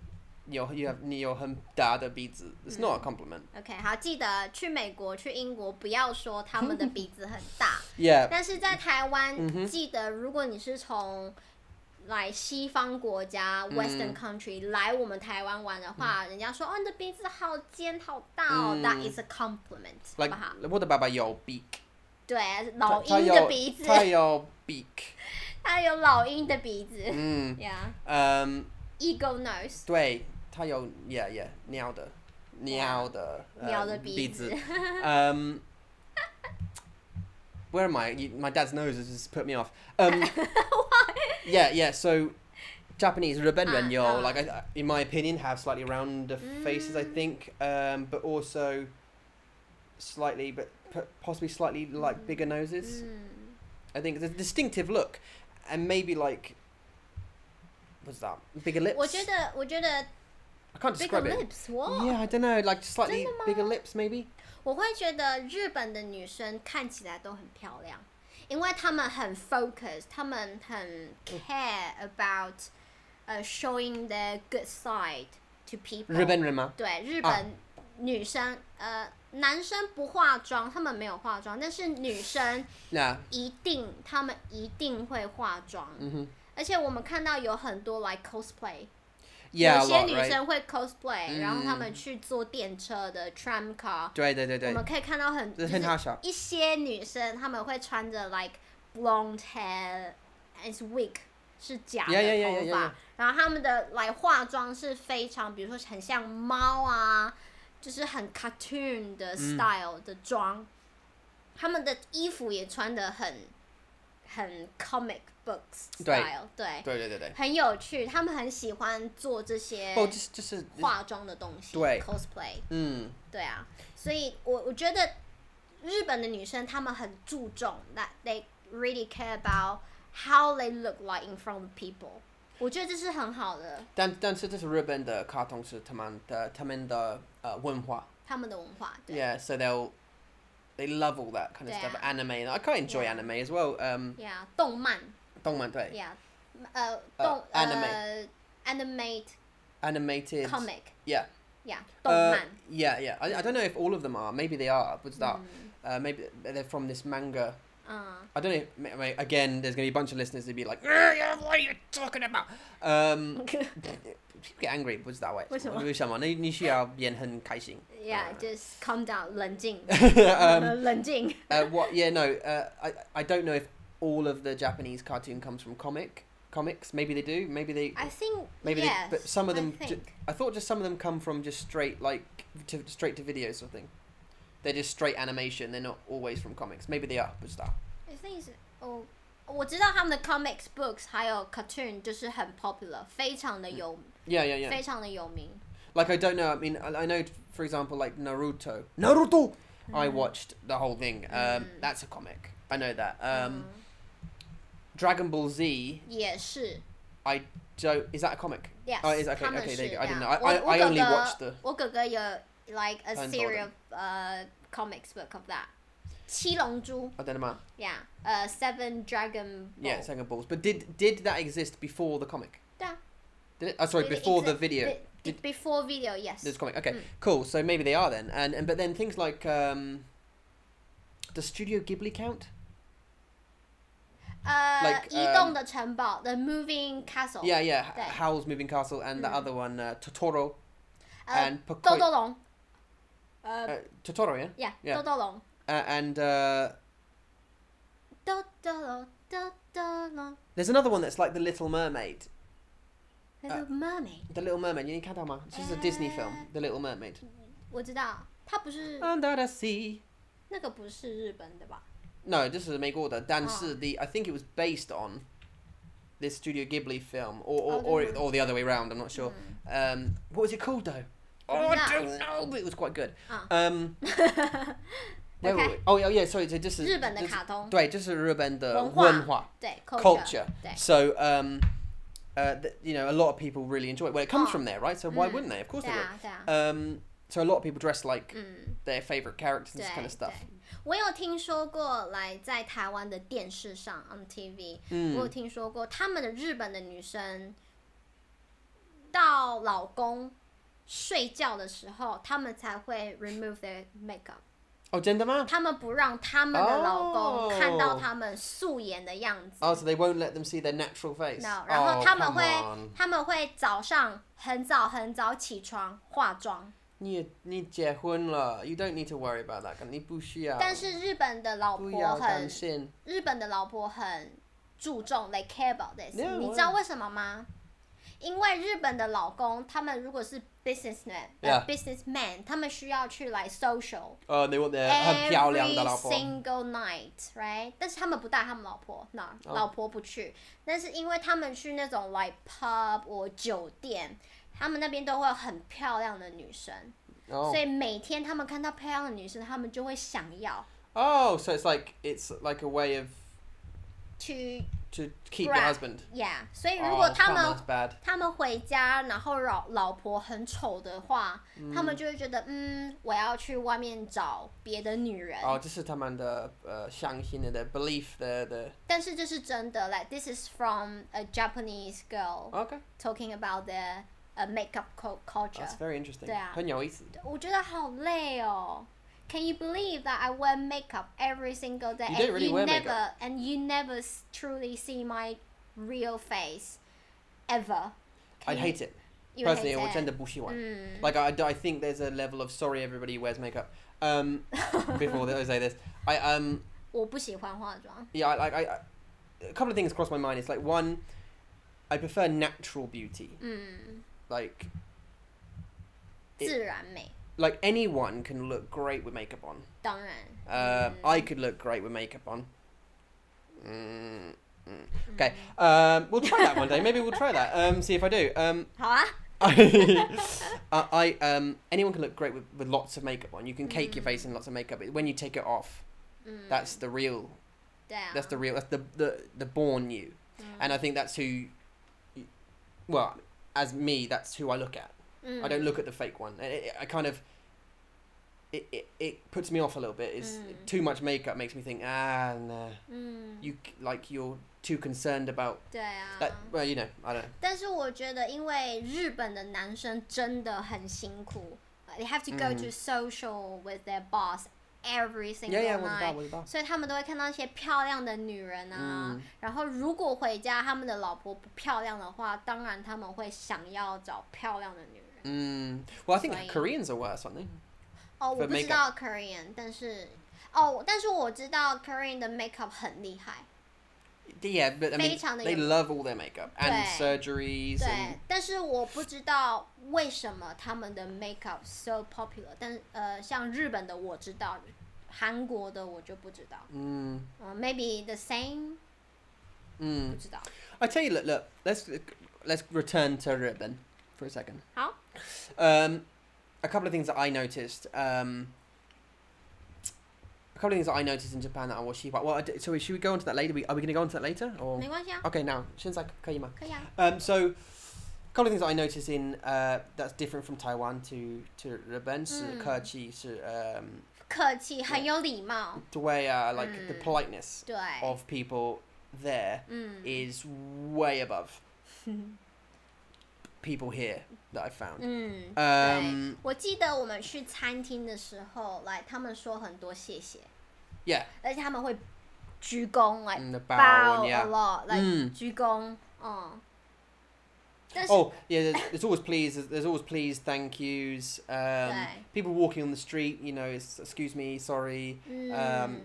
[SPEAKER 2] 有 you have 你有很大的鼻子，it's
[SPEAKER 1] Mm.
[SPEAKER 2] not a compliment.
[SPEAKER 1] OK，好，记得去美国、去英国，不要说他们的鼻子很大。
[SPEAKER 2] 嗯 Yeah,
[SPEAKER 1] 但是在台湾，
[SPEAKER 2] 嗯哼
[SPEAKER 1] 记得如果你是从来西方国家
[SPEAKER 2] 嗯
[SPEAKER 1] （Western country）、来我们台湾玩的话，人家说哦，你的鼻子好尖好大哦、
[SPEAKER 2] 嗯
[SPEAKER 1] t h a t is a compliment，、
[SPEAKER 2] like
[SPEAKER 1] 好不好？
[SPEAKER 2] 我的爸爸有 beak，
[SPEAKER 1] 对，
[SPEAKER 2] 他
[SPEAKER 1] 老
[SPEAKER 2] 他
[SPEAKER 1] 鹰的
[SPEAKER 2] 有
[SPEAKER 1] 鼻子，
[SPEAKER 2] 他有 beak，Mm.
[SPEAKER 1] 他有老鹰的鼻子。
[SPEAKER 2] 嗯
[SPEAKER 1] Yeah,
[SPEAKER 2] 嗯，
[SPEAKER 1] eagle nose。
[SPEAKER 2] 对，他有 yeah yeah 鸟的鸟 的呃
[SPEAKER 1] 鸟的鼻
[SPEAKER 2] 鼻
[SPEAKER 1] 子
[SPEAKER 2] 子，嗯。Where am I? You, my dad's nose has just put me off. Um, yeah, yeah. So Japanese Ruben
[SPEAKER 1] Ah,
[SPEAKER 2] Renyo,
[SPEAKER 1] ah.
[SPEAKER 2] like I, I- in my opinion, have slightly rounder faces. I
[SPEAKER 1] Mm.
[SPEAKER 2] think, um, but also slightly, but p- possibly slightly
[SPEAKER 1] Mm.
[SPEAKER 2] like bigger noses.
[SPEAKER 1] 嗯
[SPEAKER 2] I think it's a distinctive look, and maybe like what's that? Bigger lips.
[SPEAKER 1] 我觉得，我觉得
[SPEAKER 2] I can't
[SPEAKER 1] bigger
[SPEAKER 2] describe it.
[SPEAKER 1] lips，哇
[SPEAKER 2] Yeah, I don't know, like slightly
[SPEAKER 1] Dunno.
[SPEAKER 2] bigger lips, maybe.
[SPEAKER 1] 我会觉得日本的女生看起来都很漂亮。因为他们很 focus，他们
[SPEAKER 2] 嗯
[SPEAKER 1] 很 care about，呃、showing their good side to people。
[SPEAKER 2] 日本人吗？
[SPEAKER 1] 对日
[SPEAKER 2] 啊
[SPEAKER 1] 本女生，呃，男生不化妆，他们没有化妆，但是女生
[SPEAKER 2] 那
[SPEAKER 1] 一定，他们一定会化妆。
[SPEAKER 2] 嗯哼
[SPEAKER 1] 而且我们看到有很多 like cosplay，
[SPEAKER 2] ，Yeah，
[SPEAKER 1] 有
[SPEAKER 2] a
[SPEAKER 1] 些
[SPEAKER 2] lot,
[SPEAKER 1] 女
[SPEAKER 2] right？
[SPEAKER 1] 生会 cosplay，、
[SPEAKER 2] 嗯
[SPEAKER 1] 然后他们去坐电车的 tram car，
[SPEAKER 2] 对对对
[SPEAKER 1] 我
[SPEAKER 2] 对，
[SPEAKER 1] 们可以看到很
[SPEAKER 2] 这
[SPEAKER 1] 就
[SPEAKER 2] 很
[SPEAKER 1] 是
[SPEAKER 2] 好笑。
[SPEAKER 1] 一些女生她们会穿着 like blonde hair and wig 是假的
[SPEAKER 2] Yeah, yeah, yeah,
[SPEAKER 1] 头
[SPEAKER 2] yeah, yeah.
[SPEAKER 1] 发，然后她们的 like 化妆是非常，比如说很像猫啊，就是很 cartoon
[SPEAKER 2] 嗯
[SPEAKER 1] 的 style 的妆，她们的衣服也穿的很很 comic books
[SPEAKER 2] 对
[SPEAKER 1] style，对，
[SPEAKER 2] 对对对对，
[SPEAKER 1] 很有趣，她们很喜欢做这些
[SPEAKER 2] 不就是就是
[SPEAKER 1] 化妆的东西
[SPEAKER 2] 哦对
[SPEAKER 1] ，cosplay。
[SPEAKER 2] 嗯
[SPEAKER 1] 对啊，所以我我觉得日本的女生她们很注重 that they really care about how they look like in front of people。我觉得这是很好的，
[SPEAKER 2] 但但是这是日本的卡通是他们的他们的呃文化
[SPEAKER 1] 他们的文化。对
[SPEAKER 2] uh, ，yeah so they'll they love all that kind of stuff
[SPEAKER 1] 对啊
[SPEAKER 2] anime and I quite enjoy
[SPEAKER 1] Yeah.
[SPEAKER 2] anime as well um
[SPEAKER 1] 呀动漫
[SPEAKER 2] 动漫对
[SPEAKER 1] 呀呃，
[SPEAKER 2] 呃
[SPEAKER 1] 动呃
[SPEAKER 2] anime
[SPEAKER 1] animate
[SPEAKER 2] animated
[SPEAKER 1] comic
[SPEAKER 2] yeah
[SPEAKER 1] 呀动
[SPEAKER 2] uh,
[SPEAKER 1] 漫
[SPEAKER 2] yeah yeah I, I don't know if all of them are maybe they are but
[SPEAKER 1] Mm.
[SPEAKER 2] that uh, maybe they're from this manga
[SPEAKER 1] 嗯
[SPEAKER 2] I don't know I mean, again there's gonna be a bunch of listeners that'd be like "Ah, yeah, what are you talking about um people get angry but it's that way
[SPEAKER 1] 为什么？
[SPEAKER 2] 为什么？你你需要变很开心呃
[SPEAKER 1] yeah just calm down 冷静
[SPEAKER 2] Uh, um
[SPEAKER 1] 冷静
[SPEAKER 2] uh, what? Yeah, no. Uh, I I don't know if all of the Japanese cartoon comes from comic comics. Maybe they do. Maybe they.
[SPEAKER 1] I think
[SPEAKER 2] maybe
[SPEAKER 1] yes,
[SPEAKER 2] they. But some of
[SPEAKER 1] I
[SPEAKER 2] them. ju-
[SPEAKER 1] think.
[SPEAKER 2] I thought just some of them come from just straight like to straight to video sort of thing. They're just straight animation. They're not always from comics. Maybe they are, but stuff.
[SPEAKER 1] I think it's- 哦，我知道他们的 comics books 还有 cartoon 就是很 popular，非常的有，
[SPEAKER 2] Yeah, 嗯 yeah, yeah.
[SPEAKER 1] 非常的有名。
[SPEAKER 2] Like I don't know. I mean, I, I know for example like Naruto. Naruto. I watched the whole thing.
[SPEAKER 1] Mm.
[SPEAKER 2] Um,
[SPEAKER 1] Uh-huh.
[SPEAKER 2] That's a comic. I know that. Um,
[SPEAKER 1] 嗯
[SPEAKER 2] Dragon Ball Z.
[SPEAKER 1] 也是
[SPEAKER 2] So is that a comic?
[SPEAKER 1] ，yes，
[SPEAKER 2] Oh, it is okay.
[SPEAKER 1] 他们
[SPEAKER 2] Okay,
[SPEAKER 1] 是
[SPEAKER 2] there
[SPEAKER 1] 这
[SPEAKER 2] you
[SPEAKER 1] 样。
[SPEAKER 2] go. I didn't know.
[SPEAKER 1] 我
[SPEAKER 2] I, I,
[SPEAKER 1] 我
[SPEAKER 2] I
[SPEAKER 1] 哥
[SPEAKER 2] only
[SPEAKER 1] 哥
[SPEAKER 2] watched the
[SPEAKER 1] 我哥哥有 like a
[SPEAKER 2] Untold
[SPEAKER 1] series of 呃、comics book of that，七龙珠
[SPEAKER 2] I don't know. man.
[SPEAKER 1] ，yeah，呃、seven dragon ball，
[SPEAKER 2] Yeah, Sega Balls. But did did that exist before the comic?
[SPEAKER 1] Oh. Yeah.
[SPEAKER 2] Did it? Oh, sorry,
[SPEAKER 1] Did it
[SPEAKER 2] before the
[SPEAKER 1] exist-
[SPEAKER 2] video.
[SPEAKER 1] Be-
[SPEAKER 2] Did-
[SPEAKER 1] before video yes，
[SPEAKER 2] There's comic. Okay,
[SPEAKER 1] Mm.
[SPEAKER 2] cool. So maybe they are then. And and but then things like um, does Studio Ghibli count?
[SPEAKER 1] 呃、
[SPEAKER 2] like,
[SPEAKER 1] 移动的城堡 the moving castle，
[SPEAKER 2] Yeah, yeah.
[SPEAKER 1] There.
[SPEAKER 2] H- Howl's Moving Castle and the
[SPEAKER 1] Oh, Mm. Uh,
[SPEAKER 2] other one uh, Totoro
[SPEAKER 1] 呃、
[SPEAKER 2] and Pokoi.
[SPEAKER 1] 豆豆龙，呃、
[SPEAKER 2] Uh, Totoro, yeah.
[SPEAKER 1] Yeah,
[SPEAKER 2] Yeah.
[SPEAKER 1] 豆豆龙，
[SPEAKER 2] Uh, and uh,
[SPEAKER 1] 豆豆龙，豆豆龙
[SPEAKER 2] there's another one that's like The Little Mermaid. 呃
[SPEAKER 1] ，Little Mermaid，
[SPEAKER 2] The Little Mermaid. You can't tell ma. This is a Disney film.
[SPEAKER 1] Uh.
[SPEAKER 2] The Little Mermaid.
[SPEAKER 1] 我知道，它不是、
[SPEAKER 2] Under the sea.
[SPEAKER 1] 那个不是日本的吧？
[SPEAKER 2] No, this is a make order. Dan
[SPEAKER 1] Oh.
[SPEAKER 2] the I think it was based on this Studio Ghibli film, or or,
[SPEAKER 1] Oh,
[SPEAKER 2] or,
[SPEAKER 1] don't
[SPEAKER 2] it- or the other way around. I'm not sure. Um, what was it called though? Oh, I
[SPEAKER 1] Yeah.
[SPEAKER 2] don't know, but it was quite good.
[SPEAKER 1] Ah.
[SPEAKER 2] Um, where were
[SPEAKER 1] Okay.
[SPEAKER 2] we? Oh yeah, yeah. Sorry, so this is
[SPEAKER 1] 日本的
[SPEAKER 2] this-
[SPEAKER 1] 卡通，
[SPEAKER 2] 对，就是日本的
[SPEAKER 1] 文化
[SPEAKER 2] 文化
[SPEAKER 1] 对
[SPEAKER 2] culture.
[SPEAKER 1] 对
[SPEAKER 2] So um, uh, th- you know, a lot of people really enjoy it. Well, it comes
[SPEAKER 1] Ah.
[SPEAKER 2] from there, right? So why
[SPEAKER 1] Mm.
[SPEAKER 2] wouldn't they? Of course
[SPEAKER 1] 对
[SPEAKER 2] they would.
[SPEAKER 1] 啊对啊，
[SPEAKER 2] Um, so a lot of people dress like
[SPEAKER 1] 嗯，
[SPEAKER 2] their favorite characters, and
[SPEAKER 1] 对
[SPEAKER 2] this kind of stuff.
[SPEAKER 1] 对，我有听说过，来在台湾的电视上 on TV，、
[SPEAKER 2] 嗯
[SPEAKER 1] 我有听说过他们的日本的女生到老公睡觉的时候，他们才会 remove their makeup。
[SPEAKER 2] Oh, gender man.
[SPEAKER 1] 他们不让他们的老公
[SPEAKER 2] 哦
[SPEAKER 1] 看到他们素颜的样子。
[SPEAKER 2] Oh, so they won't let them see their natural face.
[SPEAKER 1] No，然后
[SPEAKER 2] 哦
[SPEAKER 1] 他们
[SPEAKER 2] uh-huh, come
[SPEAKER 1] 会
[SPEAKER 2] on.
[SPEAKER 1] 他们会早上很早很早起床化妆，
[SPEAKER 2] 你你结婚了，you don't need to worry about that. 你不需要。
[SPEAKER 1] 但是日本的老
[SPEAKER 2] 不
[SPEAKER 1] 婆
[SPEAKER 2] 要担
[SPEAKER 1] 很
[SPEAKER 2] 心。
[SPEAKER 1] 日本的老婆很注重 they care about this，
[SPEAKER 2] Yeah，
[SPEAKER 1] 你知道为什么吗？因为日本的老公，他们如果是 businessman、呃
[SPEAKER 2] Yeah
[SPEAKER 1] businessman，他们需要去来 social
[SPEAKER 2] 呃，你我的很
[SPEAKER 1] every
[SPEAKER 2] 漂亮的老婆。
[SPEAKER 1] single night，right？但是他们不带他们老婆，那、
[SPEAKER 2] 哦
[SPEAKER 1] 老婆不去。但是因为他们去那种 like pub 或酒店，他们那边都会有很漂亮的女生
[SPEAKER 2] 哦
[SPEAKER 1] 所以每天他们看到漂亮的女生，他们就会想要
[SPEAKER 2] Oh, 哦，so it's like it's like a way of
[SPEAKER 1] 去
[SPEAKER 2] to keep
[SPEAKER 1] Right.
[SPEAKER 2] your husband.
[SPEAKER 1] Yeah，所以
[SPEAKER 2] Oh,
[SPEAKER 1] 如果他
[SPEAKER 2] come
[SPEAKER 1] 们
[SPEAKER 2] on, that's bad.
[SPEAKER 1] 他们回家，然后老老婆很丑的话，他们就会觉得，嗯，我要去外面找别的女人。
[SPEAKER 2] Oh, uh, 这是他们的呃相信的 belief 的的。
[SPEAKER 1] 但是这是真的，like this is from a Japanese girl
[SPEAKER 2] Okay,
[SPEAKER 1] talking about the uh, makeup cul- culture.
[SPEAKER 2] that's very interesting.
[SPEAKER 1] 对啊。
[SPEAKER 2] 很有意思。
[SPEAKER 1] 我觉得好累哦。Can you believe that I wear makeup every single day
[SPEAKER 2] You
[SPEAKER 1] and
[SPEAKER 2] don't really
[SPEAKER 1] you
[SPEAKER 2] wear
[SPEAKER 1] never
[SPEAKER 2] makeup.
[SPEAKER 1] and you never s- truly see my real face ever?
[SPEAKER 2] I
[SPEAKER 1] Can
[SPEAKER 2] hate it.
[SPEAKER 1] you hate
[SPEAKER 2] Personally,
[SPEAKER 1] it. Mm.
[SPEAKER 2] 我真的不喜欢。
[SPEAKER 1] 嗯
[SPEAKER 2] Like I, I think there's a level of sorry everybody wears makeup. Um, before I say this, I um
[SPEAKER 1] Hmm. 我不喜欢化妆。
[SPEAKER 2] yeah I- like I, I a couple of things cross my mind. It's like one, I prefer natural beauty.
[SPEAKER 1] 嗯，
[SPEAKER 2] Like It-
[SPEAKER 1] 自然美，
[SPEAKER 2] like anyone can look great with makeup on.
[SPEAKER 1] 当然。
[SPEAKER 2] Uh,
[SPEAKER 1] 嗯
[SPEAKER 2] I could look great with makeup on. Mm, mm. Okay, um, we'll try that one day. Maybe we'll try that. Um, see if I do. Um,
[SPEAKER 1] 好啊，
[SPEAKER 2] I, I um, anyone can look great with, with lots of makeup on. You can cake your face in lots of makeup. But when you take it off,
[SPEAKER 1] 嗯，
[SPEAKER 2] that's the real.
[SPEAKER 1] 对啊，
[SPEAKER 2] That's the real. That's the the, the born you. And I think that's who. y- Well, as me, that's who I look at. I
[SPEAKER 1] Mm.
[SPEAKER 2] don't look at the fake one. I, I- I kind of. It, it, it puts me off a little bit. It's
[SPEAKER 1] Mm.
[SPEAKER 2] too much makeup makes me think ah nah.
[SPEAKER 1] 嗯，嗯，
[SPEAKER 2] You c- like you're too concerned about
[SPEAKER 1] 对啊。
[SPEAKER 2] that. Well, you know, I don't know.
[SPEAKER 1] 但是我觉得，因为日本的男生真的很辛苦，they have to go
[SPEAKER 2] 嗯
[SPEAKER 1] to social with their boss every
[SPEAKER 2] Yeah, yeah,
[SPEAKER 1] single
[SPEAKER 2] what's that?
[SPEAKER 1] night，
[SPEAKER 2] What's that?
[SPEAKER 1] 所以他们都会看到一些漂亮的女人啊。
[SPEAKER 2] 嗯
[SPEAKER 1] 然后如果回家他们的老婆不漂亮的话，当然他们会想要找漂亮的女人。
[SPEAKER 2] Mm. Well, I think
[SPEAKER 1] Right.
[SPEAKER 2] Koreans are worse, aren't they?
[SPEAKER 1] 哦，我
[SPEAKER 2] For
[SPEAKER 1] 不知道 Korean，但是哦，但是我知道 Korean 的 makeup 很厉害。
[SPEAKER 2] Yeah, but I mean,
[SPEAKER 1] 非常地
[SPEAKER 2] they
[SPEAKER 1] 有-
[SPEAKER 2] love all their makeup and
[SPEAKER 1] 对。
[SPEAKER 2] surgeries
[SPEAKER 1] 对
[SPEAKER 2] and，
[SPEAKER 1] 但是我不知道为什么他们的 makeup so popular，但呃，像日本的我知道，韩国的我就不知道。
[SPEAKER 2] mm,
[SPEAKER 1] 嗯、m a y b e the same，不
[SPEAKER 2] mm.
[SPEAKER 1] 知道。
[SPEAKER 2] I tell you, look, look, let's let's return to ribbon for a second.
[SPEAKER 1] 好，
[SPEAKER 2] Um, a couple of things that I noticed. Um, a couple of things that I noticed in Japan that I watched. Well, I d- so should we go on to that later? We, are we going to go on to that later? Or
[SPEAKER 1] 没关系啊，
[SPEAKER 2] okay, now since I came
[SPEAKER 1] 可以啊。
[SPEAKER 2] Um, so, a couple of things that I noticed in uh, that's different from Taiwan to to Ribbon, mm.
[SPEAKER 1] Mm.
[SPEAKER 2] um,
[SPEAKER 1] 客气，很有礼貌，
[SPEAKER 2] the way uh, like the
[SPEAKER 1] Mm.
[SPEAKER 2] politeness
[SPEAKER 1] 对，
[SPEAKER 2] of people there
[SPEAKER 1] Mm.
[SPEAKER 2] is way above people here that I found.
[SPEAKER 1] 嗯。
[SPEAKER 2] Um,
[SPEAKER 1] 对，我记得我们去餐厅的时候，来他们说很多谢谢，
[SPEAKER 2] yeah, 嗯
[SPEAKER 1] 而且他们会鞠躬，来、
[SPEAKER 2] in the bow,
[SPEAKER 1] bow
[SPEAKER 2] and
[SPEAKER 1] a
[SPEAKER 2] yeah.
[SPEAKER 1] lot，来、
[SPEAKER 2] 嗯
[SPEAKER 1] 鞠躬，嗯。但是、
[SPEAKER 2] Oh yeah, there's, there's always please. There's, there's always please, thank yous. Um,
[SPEAKER 1] Right.
[SPEAKER 2] people walking on the street, you know, it's excuse me, sorry.
[SPEAKER 1] 嗯
[SPEAKER 2] Um,，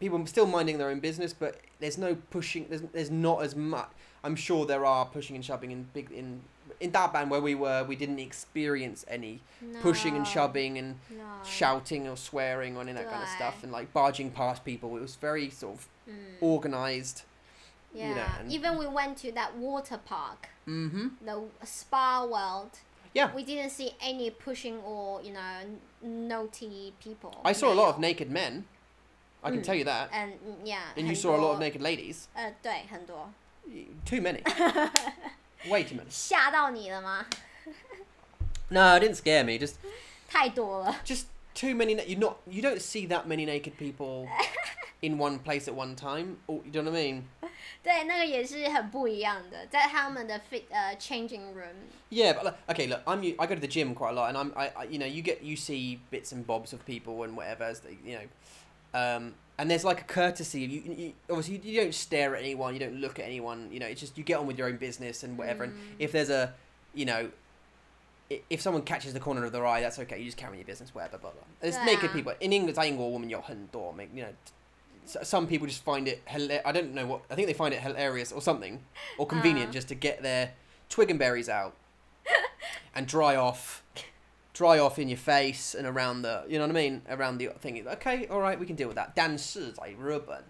[SPEAKER 2] people still minding their own business, but there's no pushing. There's, there's not as much. I'm sure there are pushing and shoving in big in in that band where we were. We didn't experience any pushing and
[SPEAKER 1] Mm. No,
[SPEAKER 2] shoving and
[SPEAKER 1] no.
[SPEAKER 2] shouting or swearing or any of that kind of stuff
[SPEAKER 1] Right.
[SPEAKER 2] and like barging past people. It was very sort of
[SPEAKER 1] Mm.
[SPEAKER 2] organized. you know,
[SPEAKER 1] Yeah.
[SPEAKER 2] and-
[SPEAKER 1] Even we went to that water park,
[SPEAKER 2] Mm-hmm.
[SPEAKER 1] the spa world.
[SPEAKER 2] Yeah.
[SPEAKER 1] We didn't see any pushing or you know naughty people.
[SPEAKER 2] I saw a lot of
[SPEAKER 1] 没有
[SPEAKER 2] naked men. I can
[SPEAKER 1] Mm.
[SPEAKER 2] tell you that.
[SPEAKER 1] And Uh, yeah.
[SPEAKER 2] And you saw a lot
[SPEAKER 1] 很
[SPEAKER 2] of
[SPEAKER 1] 多
[SPEAKER 2] naked ladies.
[SPEAKER 1] 呃，对，很多。
[SPEAKER 2] Too many. Way too many.
[SPEAKER 1] 吓到你了吗？
[SPEAKER 2] No, it didn't scare me. Just,
[SPEAKER 1] 太多了。
[SPEAKER 2] just too many. Na- you're not. You don't see that many naked people in one place at one time. Or, you know what I mean?
[SPEAKER 1] 对，那个也是很不一样的，在他们的 fit 呃 changing room。
[SPEAKER 2] Yeah, but like, okay, look, I'm. u- I go to the gym quite a lot, and I'm. I, I, you know, you get you see bits and bobs of people and whatever. As they, you know, um, and there's like a courtesy. You, you obviously you, you don't stare at anyone, you don't look at anyone. You know, it's just you get on with your own business and whatever. And if there's a, you know. i- If someone catches the corner of their eye, that's okay. You just carry on your business, whatever, blah blah. There's naked
[SPEAKER 1] Yeah.
[SPEAKER 2] people in England. I woman, you know, s- some people just find it. Hila- I don't know what. I think they find it hilarious or something, or convenient
[SPEAKER 1] Uh.
[SPEAKER 2] just to get their twig and berries out and dry off, dry off in your face and around the. You know what I mean? Around the thing. It's, Okay, all right, we can deal with that. Dan like rubber.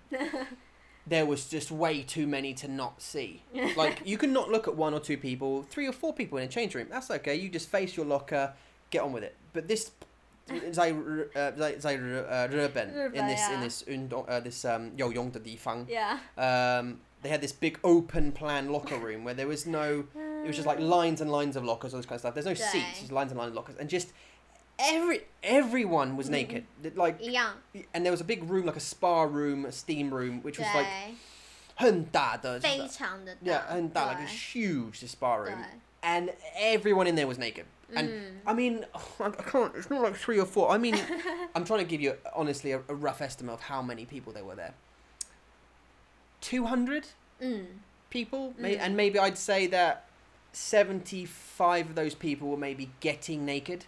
[SPEAKER 2] There was just way too many to not see. Like you can not look at one or two people, three or four people in a change room. That's okay. You just face your locker, get on with it. But this在 uh, 日呃在在日呃日本
[SPEAKER 1] 日本
[SPEAKER 2] in this in
[SPEAKER 1] 呀
[SPEAKER 2] this 运动呃 this um 游泳的地方
[SPEAKER 1] Yeah.
[SPEAKER 2] um they had this big open plan locker room where there was no it was just
[SPEAKER 1] Mm.
[SPEAKER 2] like lines and lines of lockers all this kind of stuff there's no seats
[SPEAKER 1] Right.
[SPEAKER 2] just lines and lines of lockers and just every everyone was naked like
[SPEAKER 1] 一样，
[SPEAKER 2] and there was a big room like a spa room a steam room which
[SPEAKER 1] 对
[SPEAKER 2] was，like 很大的,
[SPEAKER 1] 非常的大
[SPEAKER 2] yeah 很大 like
[SPEAKER 1] 对
[SPEAKER 2] a huge this spa room
[SPEAKER 1] 对
[SPEAKER 2] and everyone in there was naked and I mean, I can't. It's not like three or four. I mean, I'm trying to give you honestly a, a rough estimate of how many people there were there. Two hundred
[SPEAKER 1] 嗯，
[SPEAKER 2] people, may, and maybe I'd say that seventy-five of those people were maybe getting naked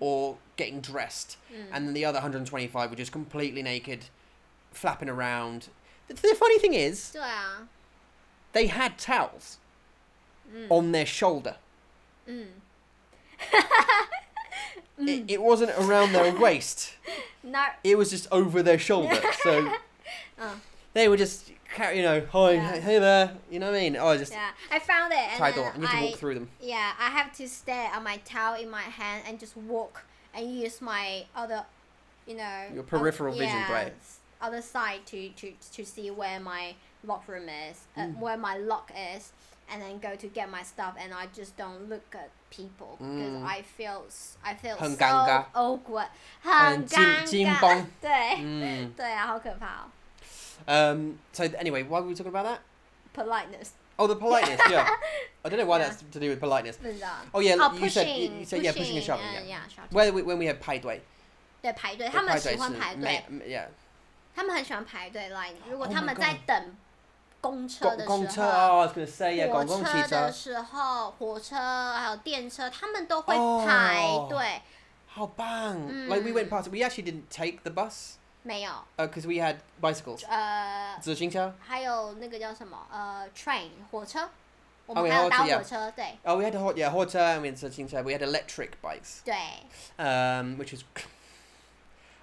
[SPEAKER 2] or getting dressed, and then the other 125 were just completely naked, flapping around. The, the funny thing is,
[SPEAKER 1] 对啊，
[SPEAKER 2] they had towels
[SPEAKER 1] Mm.
[SPEAKER 2] on their shoulder. It, it wasn't around their waist.
[SPEAKER 1] 那儿
[SPEAKER 2] It was just over their shoulder. So they were just, ca- you know, hi,
[SPEAKER 1] Oh. Yeah.
[SPEAKER 2] hey there. You know what I mean? Oh, I just
[SPEAKER 1] yeah I found it and
[SPEAKER 2] tied on. I
[SPEAKER 1] then
[SPEAKER 2] need to
[SPEAKER 1] I
[SPEAKER 2] walk through them.
[SPEAKER 1] yeah I have to stare at my towel in my hand and just walk and use my other you know
[SPEAKER 2] Your peripheral
[SPEAKER 1] oth-
[SPEAKER 2] vision,
[SPEAKER 1] yeah,
[SPEAKER 2] right.
[SPEAKER 1] s- other side to to to see where my lock room is uh,
[SPEAKER 2] Mm.
[SPEAKER 1] where my lock is and then go to get my stuff and I just don't look at people because
[SPEAKER 2] Mm.
[SPEAKER 1] I feel s- I feel
[SPEAKER 2] 很
[SPEAKER 1] so
[SPEAKER 2] 尴尬
[SPEAKER 1] awkward
[SPEAKER 2] 很
[SPEAKER 1] 很
[SPEAKER 2] 紧
[SPEAKER 1] 尴
[SPEAKER 2] 紧
[SPEAKER 1] 尬
[SPEAKER 2] 绷
[SPEAKER 1] 对、
[SPEAKER 2] Mm.
[SPEAKER 1] 对啊好可怕哦
[SPEAKER 2] Um, so anyway, why were we talking about that?
[SPEAKER 1] politeness
[SPEAKER 2] Oh, the politeness. yeah. I don't know why
[SPEAKER 1] Yeah.
[SPEAKER 2] that's to do with politeness.
[SPEAKER 1] 不知道
[SPEAKER 2] Oh yeah,
[SPEAKER 1] Oh,
[SPEAKER 2] you said you,
[SPEAKER 1] pushing, 嗯
[SPEAKER 2] you said yeah, pushing and shoving.
[SPEAKER 1] pushing and-
[SPEAKER 2] yeah.
[SPEAKER 1] yeah, shouting.
[SPEAKER 2] Where we, when we had 排队,
[SPEAKER 1] 对排队，他们喜欢排队，
[SPEAKER 2] 排队是没- yeah.
[SPEAKER 1] 他们很喜欢排队。来，如果
[SPEAKER 2] Oh my
[SPEAKER 1] 他们在
[SPEAKER 2] God
[SPEAKER 1] 等公车的时候，
[SPEAKER 2] 公-公车- oh, I was gonna say yeah,
[SPEAKER 1] 火
[SPEAKER 2] gong
[SPEAKER 1] 车的时候，火车还有电车，他们都会排
[SPEAKER 2] Oh
[SPEAKER 1] 队。
[SPEAKER 2] How bang! Like we went past it. We actually didn't take the bus
[SPEAKER 1] 没有，
[SPEAKER 2] because we had bicycles.
[SPEAKER 1] uh. 呃，
[SPEAKER 2] 自行车.
[SPEAKER 1] 还有那个叫什么，呃，train 火车，我
[SPEAKER 2] Oh,
[SPEAKER 1] 们
[SPEAKER 2] yeah,
[SPEAKER 1] 还有搭
[SPEAKER 2] 火车，yeah
[SPEAKER 1] 火车，对
[SPEAKER 2] Oh, we had a hot yeah, hot and we had 自行车. We had electric bikes,
[SPEAKER 1] 对，
[SPEAKER 2] um, which was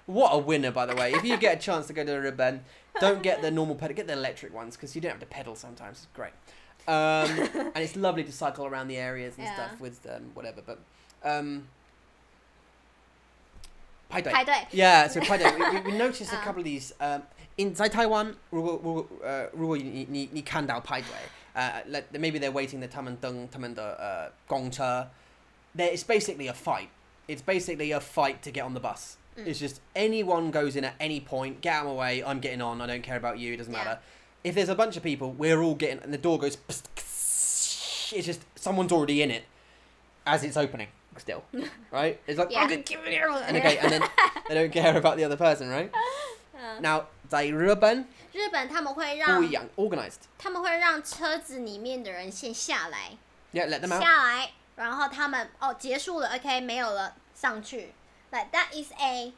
[SPEAKER 2] what a winner by the way. If you get a chance to go to the Ribbon, don't get the normal pedal, get the electric ones because you don't have to pedal sometimes. It's great, um, and it's lovely to cycle around the areas and
[SPEAKER 1] Yeah.
[SPEAKER 2] stuff with um, whatever. But um, 排队.
[SPEAKER 1] 排队，
[SPEAKER 2] Yeah, so by the way, we, we- we noticed a
[SPEAKER 1] Ah.
[SPEAKER 2] couple of these um, inside Taiwan. uh, 如果如果呃，如果你你你你看到派对，呃、uh, like maybe they're waiting the 他们等他们的呃公车 uh, there it's basically a fight. It's basically a fight to get on the bus. It's just anyone goes in at any point, get out of my way, I'm getting on, I don't care about you, it doesn't
[SPEAKER 1] Yeah.
[SPEAKER 2] matter. If there's a bunch of people, we're all getting, and the door goes, it's just someone's already in it as it's opening still, right? It's like,
[SPEAKER 1] Yeah.
[SPEAKER 2] I'm gonna give it here," and, okay, and then they don't care about the other person, right? Now, they ruben,
[SPEAKER 1] 日本他们会让
[SPEAKER 2] 不一样 organized.
[SPEAKER 1] 他们会让车子里面的人先下来，
[SPEAKER 2] Yeah, let them out.
[SPEAKER 1] 下来，然后他们哦结束了，OK 没有了，上去。Like that is a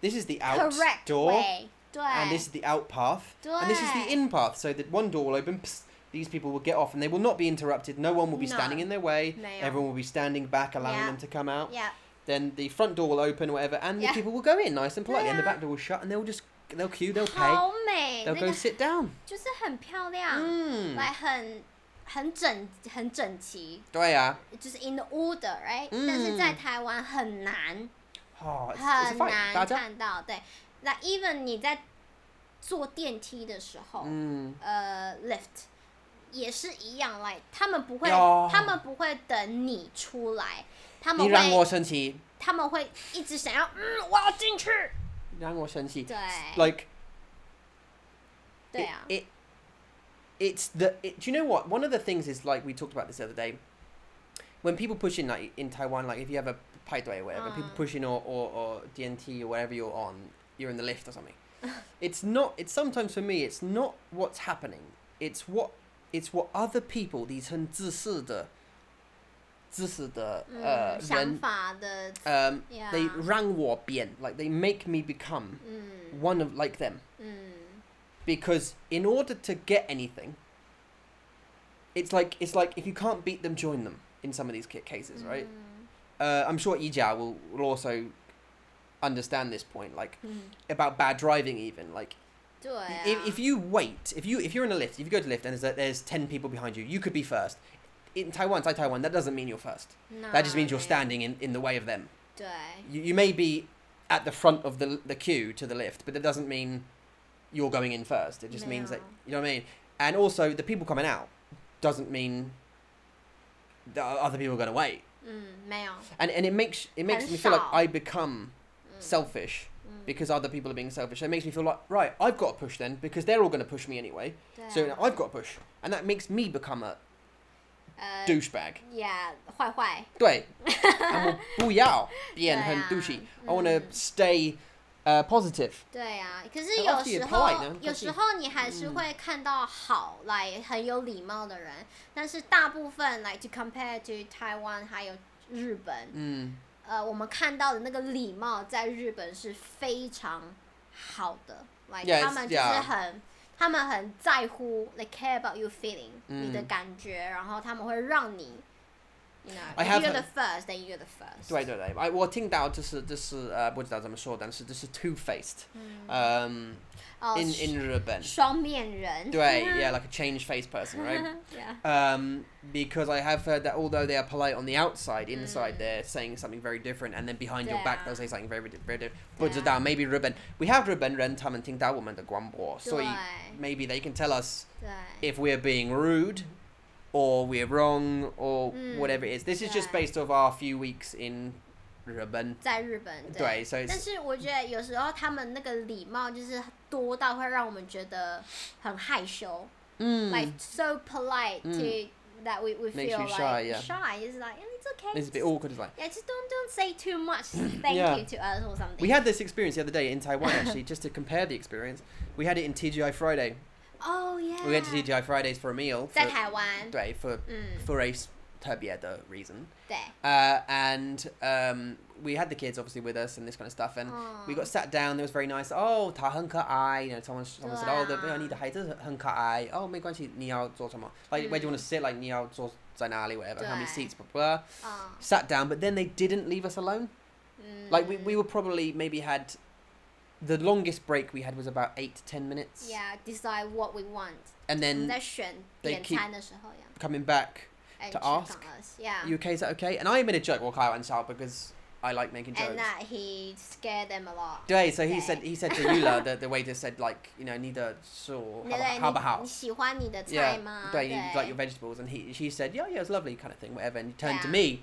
[SPEAKER 2] This is the out
[SPEAKER 1] correct
[SPEAKER 2] door.
[SPEAKER 1] way，对，
[SPEAKER 2] and this is the out path, and this is the
[SPEAKER 1] Right.
[SPEAKER 2] in path. So that one door will open, psst, these people will get off, and they will not be interrupted. No one will be
[SPEAKER 1] No.
[SPEAKER 2] standing in their way.
[SPEAKER 1] No.
[SPEAKER 2] Everyone will be standing back, allowing
[SPEAKER 1] Yeah.
[SPEAKER 2] them to come out.
[SPEAKER 1] yeah
[SPEAKER 2] Then the front door will open, or whatever, and
[SPEAKER 1] Yeah.
[SPEAKER 2] the people will go in nice and politely, and the
[SPEAKER 1] Yeah.
[SPEAKER 2] back door will shut, and they'll just they'll queue, they'll pay,
[SPEAKER 1] 好美，那
[SPEAKER 2] they'll go
[SPEAKER 1] 个
[SPEAKER 2] sit down.
[SPEAKER 1] 就是很漂亮，
[SPEAKER 2] Mm.
[SPEAKER 1] 来很很整很整齐，
[SPEAKER 2] 对啊。
[SPEAKER 1] 就是 in the order，right？但是在台湾很难
[SPEAKER 2] Oh, it's, it's a
[SPEAKER 1] 很
[SPEAKER 2] fight.
[SPEAKER 1] 难
[SPEAKER 2] 大家-
[SPEAKER 1] 看到，对。那 even 你在坐电梯的时候，
[SPEAKER 2] Mm.
[SPEAKER 1] 呃 lift 也是一样来，他们不会
[SPEAKER 2] 哟，
[SPEAKER 1] 他们不会等你出来，他们会，
[SPEAKER 2] 你让我生气，
[SPEAKER 1] 他们会一直想要，嗯，我要进去。
[SPEAKER 2] 让我生气。
[SPEAKER 1] 对。
[SPEAKER 2] Like
[SPEAKER 1] 对啊，
[SPEAKER 2] It, it it's the it, do you know what one of the things is like we talked about this the other day when people push in like in Taiwan like if you have a paidway or whatever people
[SPEAKER 1] Mm.
[SPEAKER 2] push in or, or or DNT or wherever you're on you're in the lift or something it's not it's sometimes for me it's not what's happening it's what it's what other people these 很自私的-自私的,
[SPEAKER 1] 嗯，
[SPEAKER 2] 呃,人
[SPEAKER 1] 想法的，
[SPEAKER 2] um, they
[SPEAKER 1] Yeah.
[SPEAKER 2] rang war bien, like they make me become
[SPEAKER 1] 嗯
[SPEAKER 2] one of like them.
[SPEAKER 1] 嗯
[SPEAKER 2] Because in order to get anything, it's like it's like if you can't beat them, join them in some of these ca- cases, right?
[SPEAKER 1] 嗯
[SPEAKER 2] Uh, I'm sure Yijia will, will also understand this point, like
[SPEAKER 1] 嗯，
[SPEAKER 2] about bad driving, even like
[SPEAKER 1] 对啊，
[SPEAKER 2] if, if you wait, if you if you're in a lift, if you go to lift and there's, there's ten people behind you, you could be first. In Taiwan, inside Taiwan, that doesn't mean you're first. That just means you're
[SPEAKER 1] 那
[SPEAKER 2] standing in, in the way of them.
[SPEAKER 1] 对，
[SPEAKER 2] you, you may be at the front of the the queue to the lift, but that doesn't mean you're going in first. It just means that
[SPEAKER 1] No.
[SPEAKER 2] you know what I mean. and also the people coming out doesn't mean that other people are going to wait,
[SPEAKER 1] 嗯，没有，
[SPEAKER 2] and and it makes it makes me feel like
[SPEAKER 1] 很少。
[SPEAKER 2] I become selfish
[SPEAKER 1] 嗯
[SPEAKER 2] because other people are being selfish. It makes me feel like right, I've got to push then because they're all going to push me anyway.
[SPEAKER 1] 对
[SPEAKER 2] So
[SPEAKER 1] 啊
[SPEAKER 2] now I've got to push, and that makes me become a
[SPEAKER 1] 呃
[SPEAKER 2] douchebag.
[SPEAKER 1] yeah，坏坏，
[SPEAKER 2] 对，我不要变很
[SPEAKER 1] 对啊，
[SPEAKER 2] douchey. I
[SPEAKER 1] 嗯。
[SPEAKER 2] want to stay uh, positive.
[SPEAKER 1] 对啊，可
[SPEAKER 2] But
[SPEAKER 1] 是有
[SPEAKER 2] after you
[SPEAKER 1] 时
[SPEAKER 2] polite
[SPEAKER 1] 候
[SPEAKER 2] 呢，
[SPEAKER 1] 有
[SPEAKER 2] but
[SPEAKER 1] 时
[SPEAKER 2] you-
[SPEAKER 1] 候你还
[SPEAKER 2] 嗯
[SPEAKER 1] 是会看到好来很有礼貌的人，但是大部分 like to compare to Taiwan 还有日本，
[SPEAKER 2] Mm.
[SPEAKER 1] 呃，我们看到的那个礼貌在日本是非常好的，like
[SPEAKER 2] Yeah,
[SPEAKER 1] 他
[SPEAKER 2] it's-
[SPEAKER 1] 们就是
[SPEAKER 2] yeah.
[SPEAKER 1] 很。他们很在乎，they care about your feeling，、
[SPEAKER 2] 嗯
[SPEAKER 1] 你的感觉，然后他们会让你，you know,
[SPEAKER 2] I
[SPEAKER 1] if you're
[SPEAKER 2] haven't-
[SPEAKER 1] the first, then you're the first。
[SPEAKER 2] 对对对，哎，我听到就是就是呃，不知道怎么说，但是就是 two faced.
[SPEAKER 1] 嗯，
[SPEAKER 2] Um,
[SPEAKER 1] 哦，
[SPEAKER 2] in in 日本，对
[SPEAKER 1] 双面人。
[SPEAKER 2] yeah, like a change face person, right?
[SPEAKER 1] yeah.
[SPEAKER 2] Um, because I have heard that although they are polite on the outside,
[SPEAKER 1] Mm.
[SPEAKER 2] inside they're saying something very different, and then behind your back they'll say something very di- very different. 不知道 maybe 日本，we have
[SPEAKER 1] 对
[SPEAKER 2] 日本人他们听到我们的广播，所以 maybe they can tell us
[SPEAKER 1] 对
[SPEAKER 2] if we're being rude or we're wrong or
[SPEAKER 1] Mm,
[SPEAKER 2] whatever it is. This is just
[SPEAKER 1] right.
[SPEAKER 2] based off our few weeks in Ruben.
[SPEAKER 1] 在日本对。
[SPEAKER 2] 对，so
[SPEAKER 1] 但
[SPEAKER 2] it's
[SPEAKER 1] 是我觉得有时候他们那个礼貌就是多到会让我们觉得很害羞、
[SPEAKER 2] mm,
[SPEAKER 1] l i k e so polite to、that we we
[SPEAKER 2] 嗯 Makes you
[SPEAKER 1] feel like
[SPEAKER 2] shy, yeah.
[SPEAKER 1] shy is like and it's okay.
[SPEAKER 2] it's a bit awkward. It's like
[SPEAKER 1] Yeah, just don't don't say too much. Thank
[SPEAKER 2] Yeah.
[SPEAKER 1] you to us or something.
[SPEAKER 2] we had this experience the other day in Taiwan. Actually, just to compare the experience, we had it in TGI Friday.
[SPEAKER 1] oh yeah.
[SPEAKER 2] We went to TGI Fridays for a meal.
[SPEAKER 1] 在
[SPEAKER 2] For,
[SPEAKER 1] 台湾，
[SPEAKER 2] 对, for
[SPEAKER 1] 嗯，
[SPEAKER 2] for a s- 特别的 reason.
[SPEAKER 1] 对。
[SPEAKER 2] Uh, and um, we had the kids obviously with us and this kind of stuff. And
[SPEAKER 1] 嗯
[SPEAKER 2] we got sat down. It was very nice. Oh, 他很可爱. You know, someone someone said, oh, the
[SPEAKER 1] 对啊。
[SPEAKER 2] 你的孩子很可爱. Oh, 没关系，你要做什么? Like, where do you want to sit? Like, 你要坐在哪里? Whatever. How many
[SPEAKER 1] 对。
[SPEAKER 2] seats? Blah blah.
[SPEAKER 1] 嗯
[SPEAKER 2] Sat down, but then they didn't leave us alone.
[SPEAKER 1] 嗯
[SPEAKER 2] Like, we we were probably maybe had. The longest break we had was about eight to ten minutes,
[SPEAKER 1] yeah decide what we want。我
[SPEAKER 2] and
[SPEAKER 1] 们
[SPEAKER 2] then
[SPEAKER 1] 在选
[SPEAKER 2] they
[SPEAKER 1] 点
[SPEAKER 2] keep-
[SPEAKER 1] 餐的时候呀
[SPEAKER 2] coming back.
[SPEAKER 1] ，and
[SPEAKER 2] to
[SPEAKER 1] check
[SPEAKER 2] ask
[SPEAKER 1] on us. Yeah.
[SPEAKER 2] You okay? Is that okay? And I made a joke. Well, Kyle and Sal because I like making jokes.
[SPEAKER 1] and that he scared them a lot.
[SPEAKER 2] 对, so
[SPEAKER 1] Okay.
[SPEAKER 2] he said he said to Yula the the waiter said like you know neither so
[SPEAKER 1] 对对，
[SPEAKER 2] how about
[SPEAKER 1] 你
[SPEAKER 2] how
[SPEAKER 1] 你喜欢你的
[SPEAKER 2] yeah
[SPEAKER 1] 菜吗？
[SPEAKER 2] 对
[SPEAKER 1] 对，
[SPEAKER 2] you like your vegetables and he she said yeah yeah it's lovely kind of thing whatever and he turned to
[SPEAKER 1] Yeah.
[SPEAKER 2] me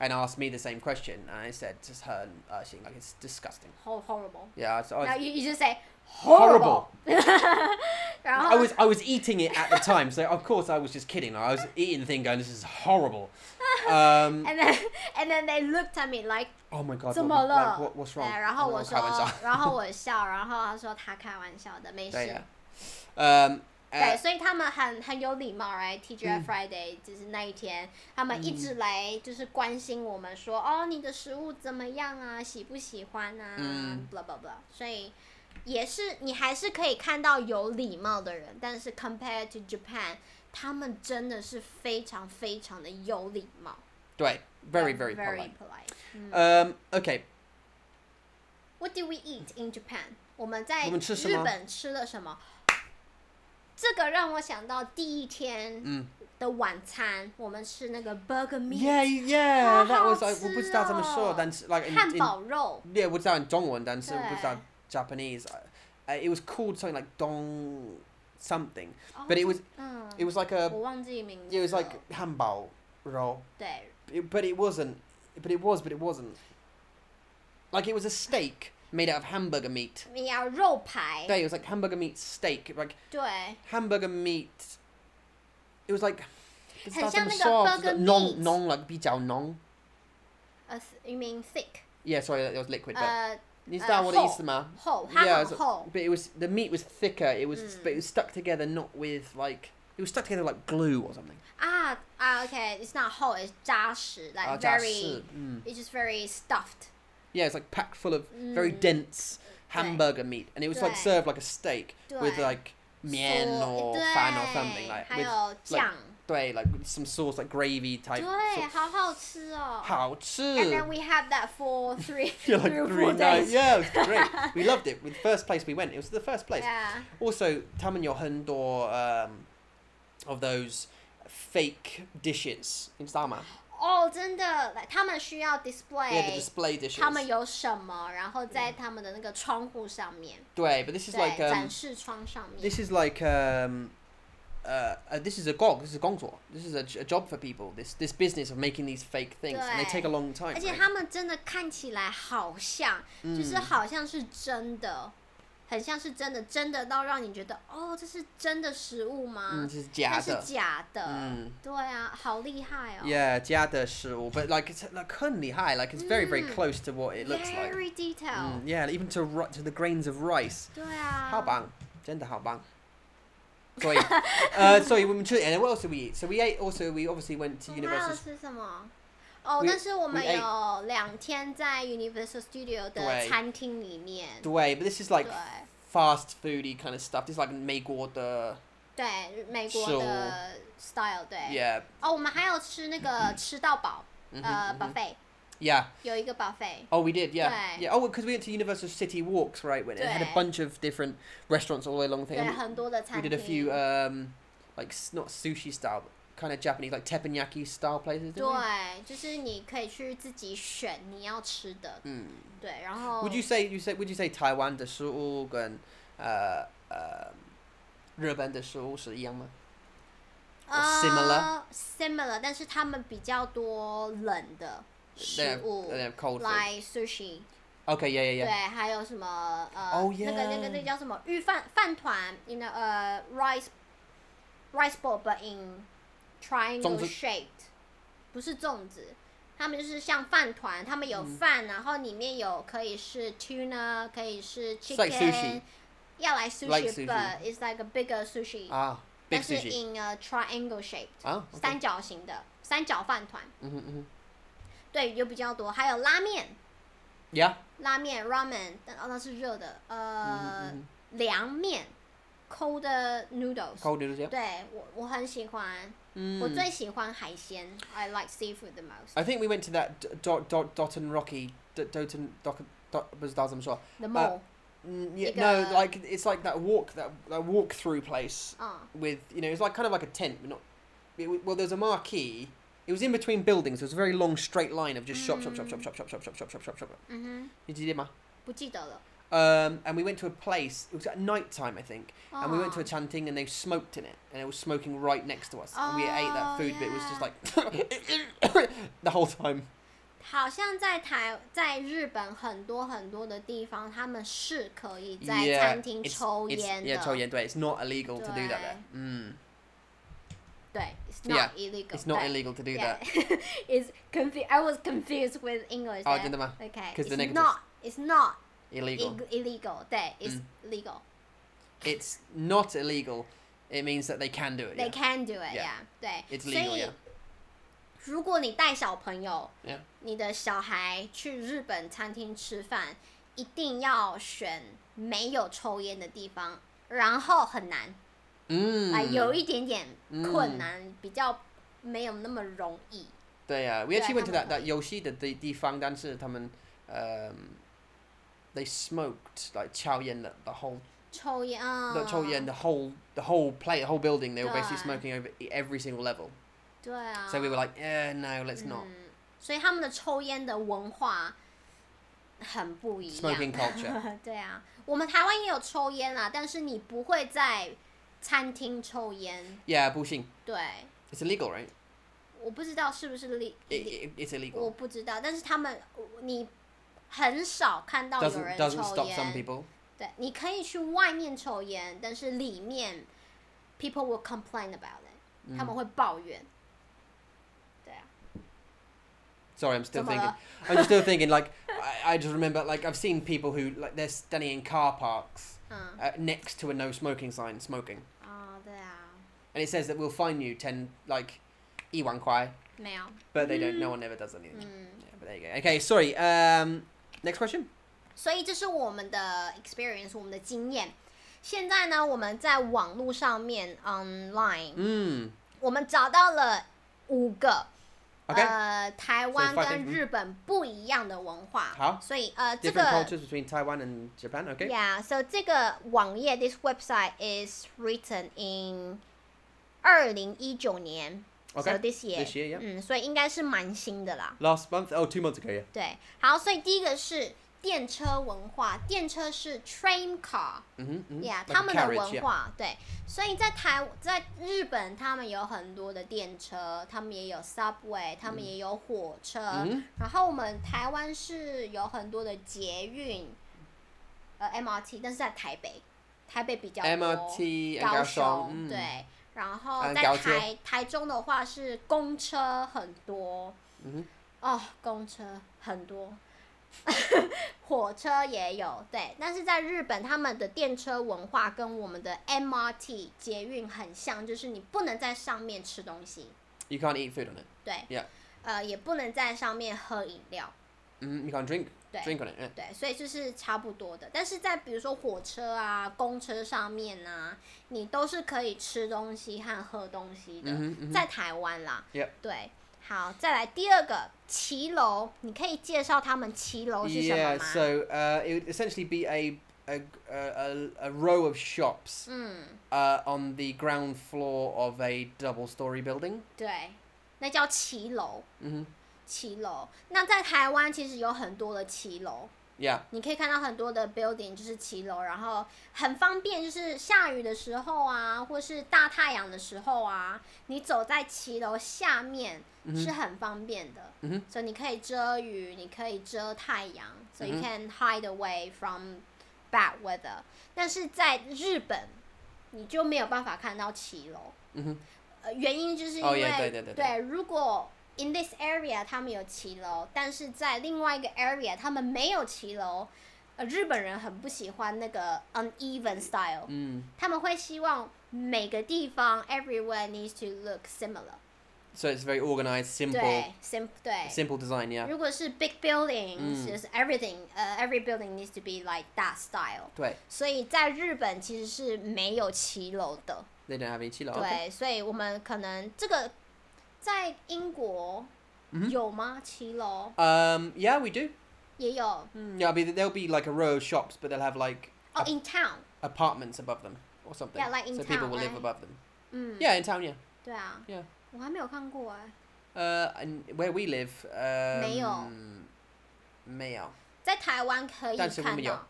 [SPEAKER 2] and asked me the same question and I said just her and uh, she like it's disgusting
[SPEAKER 1] Hor- horrible.
[SPEAKER 2] yeah I, I
[SPEAKER 1] Now
[SPEAKER 2] was
[SPEAKER 1] you you just say
[SPEAKER 2] horrible
[SPEAKER 1] 然
[SPEAKER 2] I
[SPEAKER 1] 后
[SPEAKER 2] was I was eating it at the time so of course I was just kidding I was eating the thing going this is horrible um
[SPEAKER 1] and then and then they looked at me like
[SPEAKER 2] oh my god
[SPEAKER 1] 怎
[SPEAKER 2] what,
[SPEAKER 1] 么
[SPEAKER 2] like,
[SPEAKER 1] 了？
[SPEAKER 2] what what's
[SPEAKER 1] 对
[SPEAKER 2] wrong
[SPEAKER 1] 然后我
[SPEAKER 2] 我
[SPEAKER 1] 说
[SPEAKER 2] 开玩笑，
[SPEAKER 1] 然后我笑， 然后他 说他开玩笑的，没事。
[SPEAKER 2] 对呀 um
[SPEAKER 1] 对，
[SPEAKER 2] uh,
[SPEAKER 1] 所以他们很很有礼貌，right? TGI
[SPEAKER 2] 嗯
[SPEAKER 1] Friday、就是那一天，他们一直来就是关心我们说，哦，你的食物怎么样啊？喜不喜欢啊、
[SPEAKER 2] 嗯
[SPEAKER 1] b l a h blah blah。所以也是你还是可以看到有礼貌的人，但是 compared to Japan，他们真的是非常非常的有礼貌
[SPEAKER 2] very
[SPEAKER 1] They're
[SPEAKER 2] very polite
[SPEAKER 1] polite.
[SPEAKER 2] um okay
[SPEAKER 1] What do we eat in Japan？我们在
[SPEAKER 2] 我们吃什么
[SPEAKER 1] 日本吃了什么？这个让我想到第一天
[SPEAKER 2] 嗯
[SPEAKER 1] 的晚餐，我们吃那个 burger meat，
[SPEAKER 2] Yeah, yeah, that was
[SPEAKER 1] 好好
[SPEAKER 2] like 我不知道怎么说，但是 like in,
[SPEAKER 1] 汉
[SPEAKER 2] in
[SPEAKER 1] 堡肉。
[SPEAKER 2] yeah 我知道中文，但是我不知道
[SPEAKER 1] 对。
[SPEAKER 2] Japanese. Uh, it was called something like dong something,
[SPEAKER 1] Oh,
[SPEAKER 2] but it was
[SPEAKER 1] 嗯，
[SPEAKER 2] it was like a
[SPEAKER 1] 我忘记名字
[SPEAKER 2] it
[SPEAKER 1] 了。
[SPEAKER 2] was like 汉堡 roll,
[SPEAKER 1] 对
[SPEAKER 2] It- but it wasn't, but it was, but it wasn't. Like it was a steak made out of hamburger meat.
[SPEAKER 1] 你要肉排，
[SPEAKER 2] Yeah, it was like hamburger meat steak, like
[SPEAKER 1] 对
[SPEAKER 2] hamburger meat. It was like
[SPEAKER 1] 很像那个 burger meat。
[SPEAKER 2] non non like 比较浓.
[SPEAKER 1] ，a 呃 you mean thick，
[SPEAKER 2] Yeah, sorry, that was liquid, but
[SPEAKER 1] 呃，
[SPEAKER 2] 你知道我的意思吗？
[SPEAKER 1] 厚，它
[SPEAKER 2] Yeah,
[SPEAKER 1] 很
[SPEAKER 2] it's-
[SPEAKER 1] 厚，
[SPEAKER 2] but it was the meat was thicker. It was
[SPEAKER 1] Hmm.
[SPEAKER 2] but it was stuck together not with like it was stuck together like glue or something.
[SPEAKER 1] 啊啊，OK，it's not 厚，it's 扎实
[SPEAKER 2] Ah,
[SPEAKER 1] ，like
[SPEAKER 2] just,
[SPEAKER 1] very，it's
[SPEAKER 2] mm.
[SPEAKER 1] just very stuffed。
[SPEAKER 2] Yeah, it's like packed full of very
[SPEAKER 1] Mm.
[SPEAKER 2] dense hamburger meat, and it was like
[SPEAKER 1] Right.
[SPEAKER 2] served like a steak with
[SPEAKER 1] Right.
[SPEAKER 2] like mian
[SPEAKER 1] So-
[SPEAKER 2] or
[SPEAKER 1] 对
[SPEAKER 2] fan or 哦 something like
[SPEAKER 1] 还
[SPEAKER 2] with
[SPEAKER 1] 有酱，
[SPEAKER 2] 对, like with some sauce like gravy type.
[SPEAKER 1] 对，
[SPEAKER 2] sauce.
[SPEAKER 1] 好好吃哦。And then
[SPEAKER 2] 好吃.
[SPEAKER 1] we had that for three, three
[SPEAKER 2] Yeah, like
[SPEAKER 1] or
[SPEAKER 2] three
[SPEAKER 1] four
[SPEAKER 2] nights.
[SPEAKER 1] days.
[SPEAKER 2] Yeah, it was great. we loved it. The first place we went, it was the first place.
[SPEAKER 1] Yeah.
[SPEAKER 2] Also, Taman Yohundo um, of those fake dishes in Sama.
[SPEAKER 1] 哦，真的，like, 他们需要
[SPEAKER 2] Yeah, the
[SPEAKER 1] display
[SPEAKER 2] display dishes.
[SPEAKER 1] 他们有什么，然后在他们的那个窗户上面，
[SPEAKER 2] 对, but this is
[SPEAKER 1] 对，
[SPEAKER 2] 嗯 like um,
[SPEAKER 1] 展示窗上面。
[SPEAKER 2] this is like um, uh, uh, this is a gog, this is a gongzuo, this is a, j- a job for people. This this business of making these fake things, and they take a long time.
[SPEAKER 1] 而且
[SPEAKER 2] right?
[SPEAKER 1] 他们真的看起来好像，
[SPEAKER 2] 嗯
[SPEAKER 1] 就是好像是真的，很像是真的，真的到让你觉得哦，这是真的食物吗？
[SPEAKER 2] 嗯，这是
[SPEAKER 1] 那
[SPEAKER 2] 假
[SPEAKER 1] 是
[SPEAKER 2] 的。
[SPEAKER 1] 假的，
[SPEAKER 2] 嗯
[SPEAKER 1] 对啊，好厉害哦
[SPEAKER 2] Yeah, 假的食物, but like it's like 很厉害, like it's very very
[SPEAKER 1] Mm.
[SPEAKER 2] close to what it looks like.
[SPEAKER 1] very detailed，、
[SPEAKER 2] Mm, yeah, even to ri- to the grains of rice.
[SPEAKER 1] 对啊，
[SPEAKER 2] How bang? Gender how bang? Sorry. uh, sorry, we were chilling. And then what else did we eat? So we ate also, we obviously went to
[SPEAKER 1] 我们还有
[SPEAKER 2] Universal.
[SPEAKER 1] 吃什么？哦
[SPEAKER 2] We-
[SPEAKER 1] 但是我们
[SPEAKER 2] we ate-
[SPEAKER 1] 有两天在 Universal Studio 的
[SPEAKER 2] 对
[SPEAKER 1] 餐厅里面，
[SPEAKER 2] Way, but this is like
[SPEAKER 1] 对
[SPEAKER 2] fast foody kind of stuff. This is like make order.
[SPEAKER 1] 对，美国
[SPEAKER 2] So-
[SPEAKER 1] 的 style 对
[SPEAKER 2] Yeah. 嗯
[SPEAKER 1] 哦，我们还有吃那个吃到饱，
[SPEAKER 2] Mhm,
[SPEAKER 1] 呃
[SPEAKER 2] mhm.
[SPEAKER 1] ，buffet
[SPEAKER 2] Yeah.
[SPEAKER 1] 有一个 buffet，
[SPEAKER 2] Oh, we did. Yeah.
[SPEAKER 1] Right.
[SPEAKER 2] Yeah. Oh, because we went to Universal City Walks, right? When it had a
[SPEAKER 1] Right.
[SPEAKER 2] bunch of different restaurants all along the thing.
[SPEAKER 1] 对，
[SPEAKER 2] And we-
[SPEAKER 1] 很多的
[SPEAKER 2] We
[SPEAKER 1] 餐
[SPEAKER 2] did a
[SPEAKER 1] 厅，
[SPEAKER 2] few, um, like s- not sushi style, but kind of Japanese, like teppanyaki style places. didn't we?
[SPEAKER 1] 对，就是你可以去自己选你要吃的，
[SPEAKER 2] Mm.
[SPEAKER 1] 对，然后
[SPEAKER 2] Would you say you say would you say Taiwan 的食物跟呃呃日本的食物是一样吗？
[SPEAKER 1] 呃
[SPEAKER 2] similar
[SPEAKER 1] similar，但是他们比较多冷的
[SPEAKER 2] They
[SPEAKER 1] 食
[SPEAKER 2] have,
[SPEAKER 1] 物
[SPEAKER 2] they have cold food.
[SPEAKER 1] ，like sushi。
[SPEAKER 2] Okay, yeah, yeah,
[SPEAKER 1] 对，
[SPEAKER 2] yeah.
[SPEAKER 1] 还有什么呃
[SPEAKER 2] Oh,
[SPEAKER 1] 那个那个
[SPEAKER 2] yeah.
[SPEAKER 1] 那个叫什么御饭饭团，you know 呃、rice rice ball but in
[SPEAKER 2] 粽
[SPEAKER 1] triangle
[SPEAKER 2] 子
[SPEAKER 1] shaped，不是粽子，他们就是像饭团，他们有
[SPEAKER 2] 嗯
[SPEAKER 1] 饭，然后里面有可以是 tuna，可以是
[SPEAKER 2] It's like
[SPEAKER 1] chicken，
[SPEAKER 2] sushi.
[SPEAKER 1] 要来
[SPEAKER 2] Like
[SPEAKER 1] sushi
[SPEAKER 2] sushi.
[SPEAKER 1] but it's like a bigger sushi，、
[SPEAKER 2] Ah,
[SPEAKER 1] 但
[SPEAKER 2] big
[SPEAKER 1] 是
[SPEAKER 2] sushi.
[SPEAKER 1] in a triangle shaped，、
[SPEAKER 2] Ah, okay.
[SPEAKER 1] 三角形的三角饭团，
[SPEAKER 2] Mhm, mhm.
[SPEAKER 1] 对，有比较多，还有拉面。
[SPEAKER 2] Yeah.
[SPEAKER 1] 拉面 ramen，但哦那是热的，
[SPEAKER 2] 嗯
[SPEAKER 1] 呃，凉面，cold noodles。
[SPEAKER 2] Cold 嗯 noodles, yeah. Mm.
[SPEAKER 1] 对我我很喜欢，我最喜欢海鲜，I like seafood the most
[SPEAKER 2] I think we went to that D- dot dot dot and Rocky D- dot and dot dot was that I'm sure.
[SPEAKER 1] the more，
[SPEAKER 2] Mm, yeah,
[SPEAKER 1] Like
[SPEAKER 2] no,
[SPEAKER 1] a-
[SPEAKER 2] like it's like that walk that that walk through place
[SPEAKER 1] 嗯，
[SPEAKER 2] with you know it's like kind of like a tent, but not. It, w- well, there was a marquee. It was in between buildings. It was a very long straight line of just shop, shop, shop, shop, shop, shop, shop, shop, shop, shop, shop, shop.
[SPEAKER 1] 嗯
[SPEAKER 2] Did you hear ma?
[SPEAKER 1] 哼，不记得了。
[SPEAKER 2] Um, and we went to a place. It was at night time, I think. And we went to a
[SPEAKER 1] Oh.
[SPEAKER 2] chanting, and they smoked in it, and it was smoking right next to us. and we ate
[SPEAKER 1] Oh,
[SPEAKER 2] that food, but it was
[SPEAKER 1] yeah.
[SPEAKER 2] just
[SPEAKER 1] Ah.
[SPEAKER 2] like the whole time.
[SPEAKER 1] 好像在台在日本很多很多的地方，他们是可以在
[SPEAKER 2] yeah,
[SPEAKER 1] 餐厅
[SPEAKER 2] it's-
[SPEAKER 1] 抽
[SPEAKER 2] it's-
[SPEAKER 1] 烟
[SPEAKER 2] Yeah, 抽
[SPEAKER 1] 的，
[SPEAKER 2] 烟, It's not illegal to do that there. Mm.
[SPEAKER 1] 对，it's
[SPEAKER 2] Yeah,
[SPEAKER 1] not illegal，
[SPEAKER 2] It's not
[SPEAKER 1] but-
[SPEAKER 2] illegal to do
[SPEAKER 1] Yeah.
[SPEAKER 2] that.
[SPEAKER 1] It's confused. I was confused with English.
[SPEAKER 2] 哦
[SPEAKER 1] there.
[SPEAKER 2] 真的吗
[SPEAKER 1] Okay.
[SPEAKER 2] 'Cause the
[SPEAKER 1] It's
[SPEAKER 2] negatives.
[SPEAKER 1] not. It's not
[SPEAKER 2] Illegal.
[SPEAKER 1] ig- illegal. 对，it's
[SPEAKER 2] Mm.
[SPEAKER 1] legal.
[SPEAKER 2] It's not illegal. It means that they can do it.
[SPEAKER 1] They
[SPEAKER 2] yeah.
[SPEAKER 1] can do it.
[SPEAKER 2] Yeah.
[SPEAKER 1] Yeah. 对。
[SPEAKER 2] It's
[SPEAKER 1] 所
[SPEAKER 2] legal,
[SPEAKER 1] 以
[SPEAKER 2] yeah.
[SPEAKER 1] 如果你带小朋友，
[SPEAKER 2] Yeah.
[SPEAKER 1] 你的小孩去日本餐厅吃饭，一定要选没有抽烟的地方，然后很难，啊、
[SPEAKER 2] Mm.
[SPEAKER 1] 有一点点困难，比较没有那么容易。
[SPEAKER 2] 对啊, we actually went to that
[SPEAKER 1] 对，他们可以。
[SPEAKER 2] that Yoshi the the um they smoked like 抽烟 the, the whole
[SPEAKER 1] 抽烟啊，
[SPEAKER 2] the 抽烟 the whole the whole play the whole building they were basically
[SPEAKER 1] 对。
[SPEAKER 2] smoking over e-, every single level.
[SPEAKER 1] 对啊。
[SPEAKER 2] So we were like, eh, no, let's not.
[SPEAKER 1] 嗯，所以他们的抽烟的文化很不一样。
[SPEAKER 2] Smoking culture
[SPEAKER 1] 对啊，我们台湾也有抽烟啦，但是你不会在餐厅抽烟。
[SPEAKER 2] Yeah, 不行.
[SPEAKER 1] 对，
[SPEAKER 2] It's illegal, right?
[SPEAKER 1] 我不知道是不是立，
[SPEAKER 2] It, it, it's
[SPEAKER 1] 我
[SPEAKER 2] illegal.
[SPEAKER 1] 不知道，但是他们你很少看到有
[SPEAKER 2] Doesn't
[SPEAKER 1] 人
[SPEAKER 2] doesn't
[SPEAKER 1] 抽
[SPEAKER 2] stop some
[SPEAKER 1] 烟。
[SPEAKER 2] people.
[SPEAKER 1] 对，你可以去外面抽烟，但是里面 people will complain about it，、他们
[SPEAKER 2] 嗯
[SPEAKER 1] 会抱怨。对啊，
[SPEAKER 2] Sorry, I'm still
[SPEAKER 1] Somewhere.
[SPEAKER 2] thinking. I'm just still thinking. Like, I, I just remember. Like, I've seen people who like they're standing in car parks
[SPEAKER 1] Mm.
[SPEAKER 2] uh, next to a no smoking sign, smoking,
[SPEAKER 1] 啊、对啊，
[SPEAKER 2] and it says that we'll fine you ten like, one kwai,
[SPEAKER 1] 没有。
[SPEAKER 2] but they don't. No one ever does anything. Yeah, but there you go. Okay, sorry. Um, next question.
[SPEAKER 1] 所以这是我们的 experience，我们的经验。现在呢，我们在网络上面 online，、
[SPEAKER 2] Mm.
[SPEAKER 1] 我们找到了五个
[SPEAKER 2] Okay.
[SPEAKER 1] 呃台湾
[SPEAKER 2] So five
[SPEAKER 1] 跟
[SPEAKER 2] different-
[SPEAKER 1] 日本不一样的文化。
[SPEAKER 2] 好
[SPEAKER 1] 所以呃这个
[SPEAKER 2] Different cultures between Taiwan and Japan. Okay.
[SPEAKER 1] Yeah，so 这个网页 this website is written in 二零一九年
[SPEAKER 2] Okay，
[SPEAKER 1] so this year，,
[SPEAKER 2] this year，yeah
[SPEAKER 1] 嗯，所以应该是蛮新的啦。
[SPEAKER 2] Last month. Oh, two months ago. Yeah.
[SPEAKER 1] 对，好，所以第一个是电车文化，电车是 train car，
[SPEAKER 2] 嗯哼，
[SPEAKER 1] Yeah，
[SPEAKER 2] yeah，
[SPEAKER 1] 他们的文化对，所以在台在日本，他们有很多的电车，他们也有 subway，他们也有火车，
[SPEAKER 2] 嗯
[SPEAKER 1] 然后我们台湾是有很多的捷运，呃 MRT，但是在台北，台北比较多
[SPEAKER 2] MRT
[SPEAKER 1] 高雄、
[SPEAKER 2] 高雄，嗯，
[SPEAKER 1] 对，然后
[SPEAKER 2] 嗯
[SPEAKER 1] 在
[SPEAKER 2] 高铁
[SPEAKER 1] 台台中的话是公车很多，
[SPEAKER 2] 嗯
[SPEAKER 1] 哦，公车很多， 火车也有，对。但是在日本，他们的电车文化跟我们的 MRT 捷运很像，就是你不能在上面吃东西，
[SPEAKER 2] You can't eat food on it.
[SPEAKER 1] 对
[SPEAKER 2] Yeah.
[SPEAKER 1] 呃，也不能在上面喝饮料，
[SPEAKER 2] Mm, you can't drink.
[SPEAKER 1] 对
[SPEAKER 2] Drink on it. Yeah.
[SPEAKER 1] 对，所以就是差不多的。但是在比如说火车啊、公车上面啊，你都是可以吃东西和喝东西的，
[SPEAKER 2] 嗯哼嗯哼
[SPEAKER 1] 在台湾啦。
[SPEAKER 2] Yep
[SPEAKER 1] 对，好，再来第二个骑楼，你可以介绍他们骑楼是什么
[SPEAKER 2] Yeah,
[SPEAKER 1] 吗？
[SPEAKER 2] so uh, it would essentially be a a, a, a, a row of shops
[SPEAKER 1] 嗯，
[SPEAKER 2] uh, on the ground floor of a double story building.
[SPEAKER 1] 对，那叫骑楼，
[SPEAKER 2] hmm
[SPEAKER 1] 骑楼。那在台湾其实有很多的骑楼，
[SPEAKER 2] Yeah,
[SPEAKER 1] 你可以看到很多的 building 就是骑楼，然后很方便，就是下雨的时候啊，或是大太阳的时候啊，你走在骑楼下面是很方便的。
[SPEAKER 2] 嗯哼
[SPEAKER 1] 所以你可以遮雨，你可以遮太阳，so you
[SPEAKER 2] 嗯
[SPEAKER 1] can hide away from bad weather。但是在日本，你就没有办法看到骑楼。
[SPEAKER 2] 嗯哼
[SPEAKER 1] 呃，原因就是因为、
[SPEAKER 2] 哦也对对对对
[SPEAKER 1] 如果 in this area 他们有骑楼，但是在另外一个 area 他们没有骑楼，呃，日本人很不喜欢那个 uneven style，、
[SPEAKER 2] Mm.
[SPEAKER 1] 他们会希望每个地方 everywhere needs to look similar，
[SPEAKER 2] So it's very organized, simple,
[SPEAKER 1] 对，sim 对。
[SPEAKER 2] simple design. Yeah.
[SPEAKER 1] 如果是 big buildings，、
[SPEAKER 2] 嗯
[SPEAKER 1] 就是 everything，呃、e v e r y building needs to be like that style。
[SPEAKER 2] Wait,
[SPEAKER 1] 所以在日本其实是没有骑楼的，
[SPEAKER 2] they don't have any chilo.
[SPEAKER 1] 对
[SPEAKER 2] okay.
[SPEAKER 1] 所以我们可能这个在英国
[SPEAKER 2] 嗯
[SPEAKER 1] 有吗？骑楼
[SPEAKER 2] Um, yeah, we do.
[SPEAKER 1] 也有哦、
[SPEAKER 2] Mm, Yeah, I mean, there'll be like a row of shops, but they'll have like a-
[SPEAKER 1] i n town，
[SPEAKER 2] apartments above them or something.
[SPEAKER 1] Yeah, like in
[SPEAKER 2] so
[SPEAKER 1] town,
[SPEAKER 2] people will
[SPEAKER 1] right?
[SPEAKER 2] live
[SPEAKER 1] Mm.
[SPEAKER 2] above them.
[SPEAKER 1] 嗯
[SPEAKER 2] Yeah, in town. Yeah.
[SPEAKER 1] 对啊
[SPEAKER 2] Yeah.
[SPEAKER 1] 我还没有看过哎、
[SPEAKER 2] Uh, and where we live. Um,
[SPEAKER 1] 没有。
[SPEAKER 2] 没有。
[SPEAKER 1] 在台湾可以
[SPEAKER 2] 但是我们
[SPEAKER 1] 看
[SPEAKER 2] 有
[SPEAKER 1] 到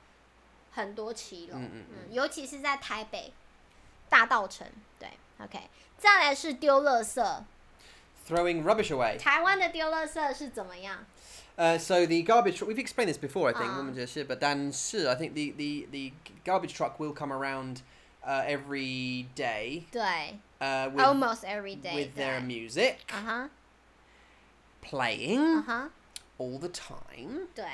[SPEAKER 1] 很多骑楼，
[SPEAKER 2] 嗯嗯
[SPEAKER 1] 尤其是在台北大道城，对，OK，再来是丢垃圾，
[SPEAKER 2] Throwing rubbish away.
[SPEAKER 1] 台湾的丢垃圾是怎么样？
[SPEAKER 2] Uh, so the garbage truck, we've explained this before, I think,
[SPEAKER 1] Ah.
[SPEAKER 2] woman just but Dan Su, I think the, the, the garbage truck will come around uh, every day
[SPEAKER 1] 对
[SPEAKER 2] uh, with,
[SPEAKER 1] ，almost every day，
[SPEAKER 2] with
[SPEAKER 1] 对
[SPEAKER 2] their music
[SPEAKER 1] 啊哈，
[SPEAKER 2] playing
[SPEAKER 1] 啊哈，
[SPEAKER 2] all the time.
[SPEAKER 1] 对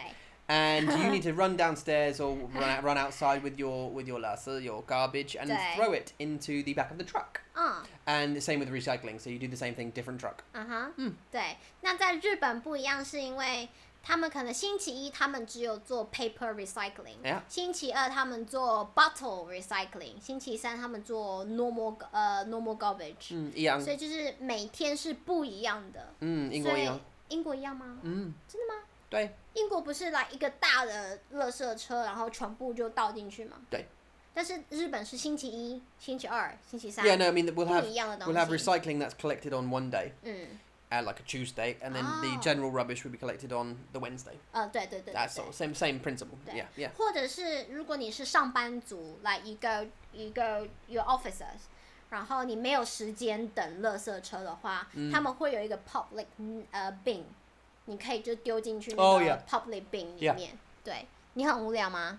[SPEAKER 2] And you need to run downstairs or run, out, run outside with your with your lassa, your garbage, and
[SPEAKER 1] Day.
[SPEAKER 2] throw it into the back of the truck.
[SPEAKER 1] 嗯，
[SPEAKER 2] And the same with recycling. So you do the same thing, different truck.
[SPEAKER 1] 啊哈，
[SPEAKER 2] 嗯，
[SPEAKER 1] 对。那在日本不一样，是因为他们可能星期一他们只有做 paper recycling，、
[SPEAKER 2] Yeah.
[SPEAKER 1] 星期二他们做 bottle recycling，星期三他们做 normal 呃 normal garbage，、
[SPEAKER 2] Mm, 一样。
[SPEAKER 1] 所以就是每天是不一样的。
[SPEAKER 2] 嗯，英国
[SPEAKER 1] 所以
[SPEAKER 2] 一样。
[SPEAKER 1] 英国一样吗？
[SPEAKER 2] 嗯，
[SPEAKER 1] 真的吗？
[SPEAKER 2] 对，
[SPEAKER 1] 英国不是来一个大的垃圾车，然后全部就倒进去吗？
[SPEAKER 2] 对。
[SPEAKER 1] 但是日本是星期一、星期二、星期三
[SPEAKER 2] Yeah, no, I mean that we'll
[SPEAKER 1] 不
[SPEAKER 2] have
[SPEAKER 1] 一样的
[SPEAKER 2] we'll have
[SPEAKER 1] 东西。
[SPEAKER 2] recycling that's collected on one day,
[SPEAKER 1] 嗯，
[SPEAKER 2] uh, like a Tuesday, and then
[SPEAKER 1] Mm. Oh.
[SPEAKER 2] the general rubbish will be collected on the Wednesday.
[SPEAKER 1] 呃，对对对对
[SPEAKER 2] That's sort
[SPEAKER 1] 对
[SPEAKER 2] of same same principle.
[SPEAKER 1] Day.
[SPEAKER 2] Yeah, yeah.
[SPEAKER 1] 或者是如果你是上班族，来一个一个 your officers，然后你没有时间等垃圾车的话，
[SPEAKER 2] 嗯
[SPEAKER 1] 他们会有一个 public 嗯呃 bin，你可以就丢进去那
[SPEAKER 2] Oh,
[SPEAKER 1] 个
[SPEAKER 2] yeah.
[SPEAKER 1] public bin 里
[SPEAKER 2] Yeah.
[SPEAKER 1] 面。对你很无聊吗？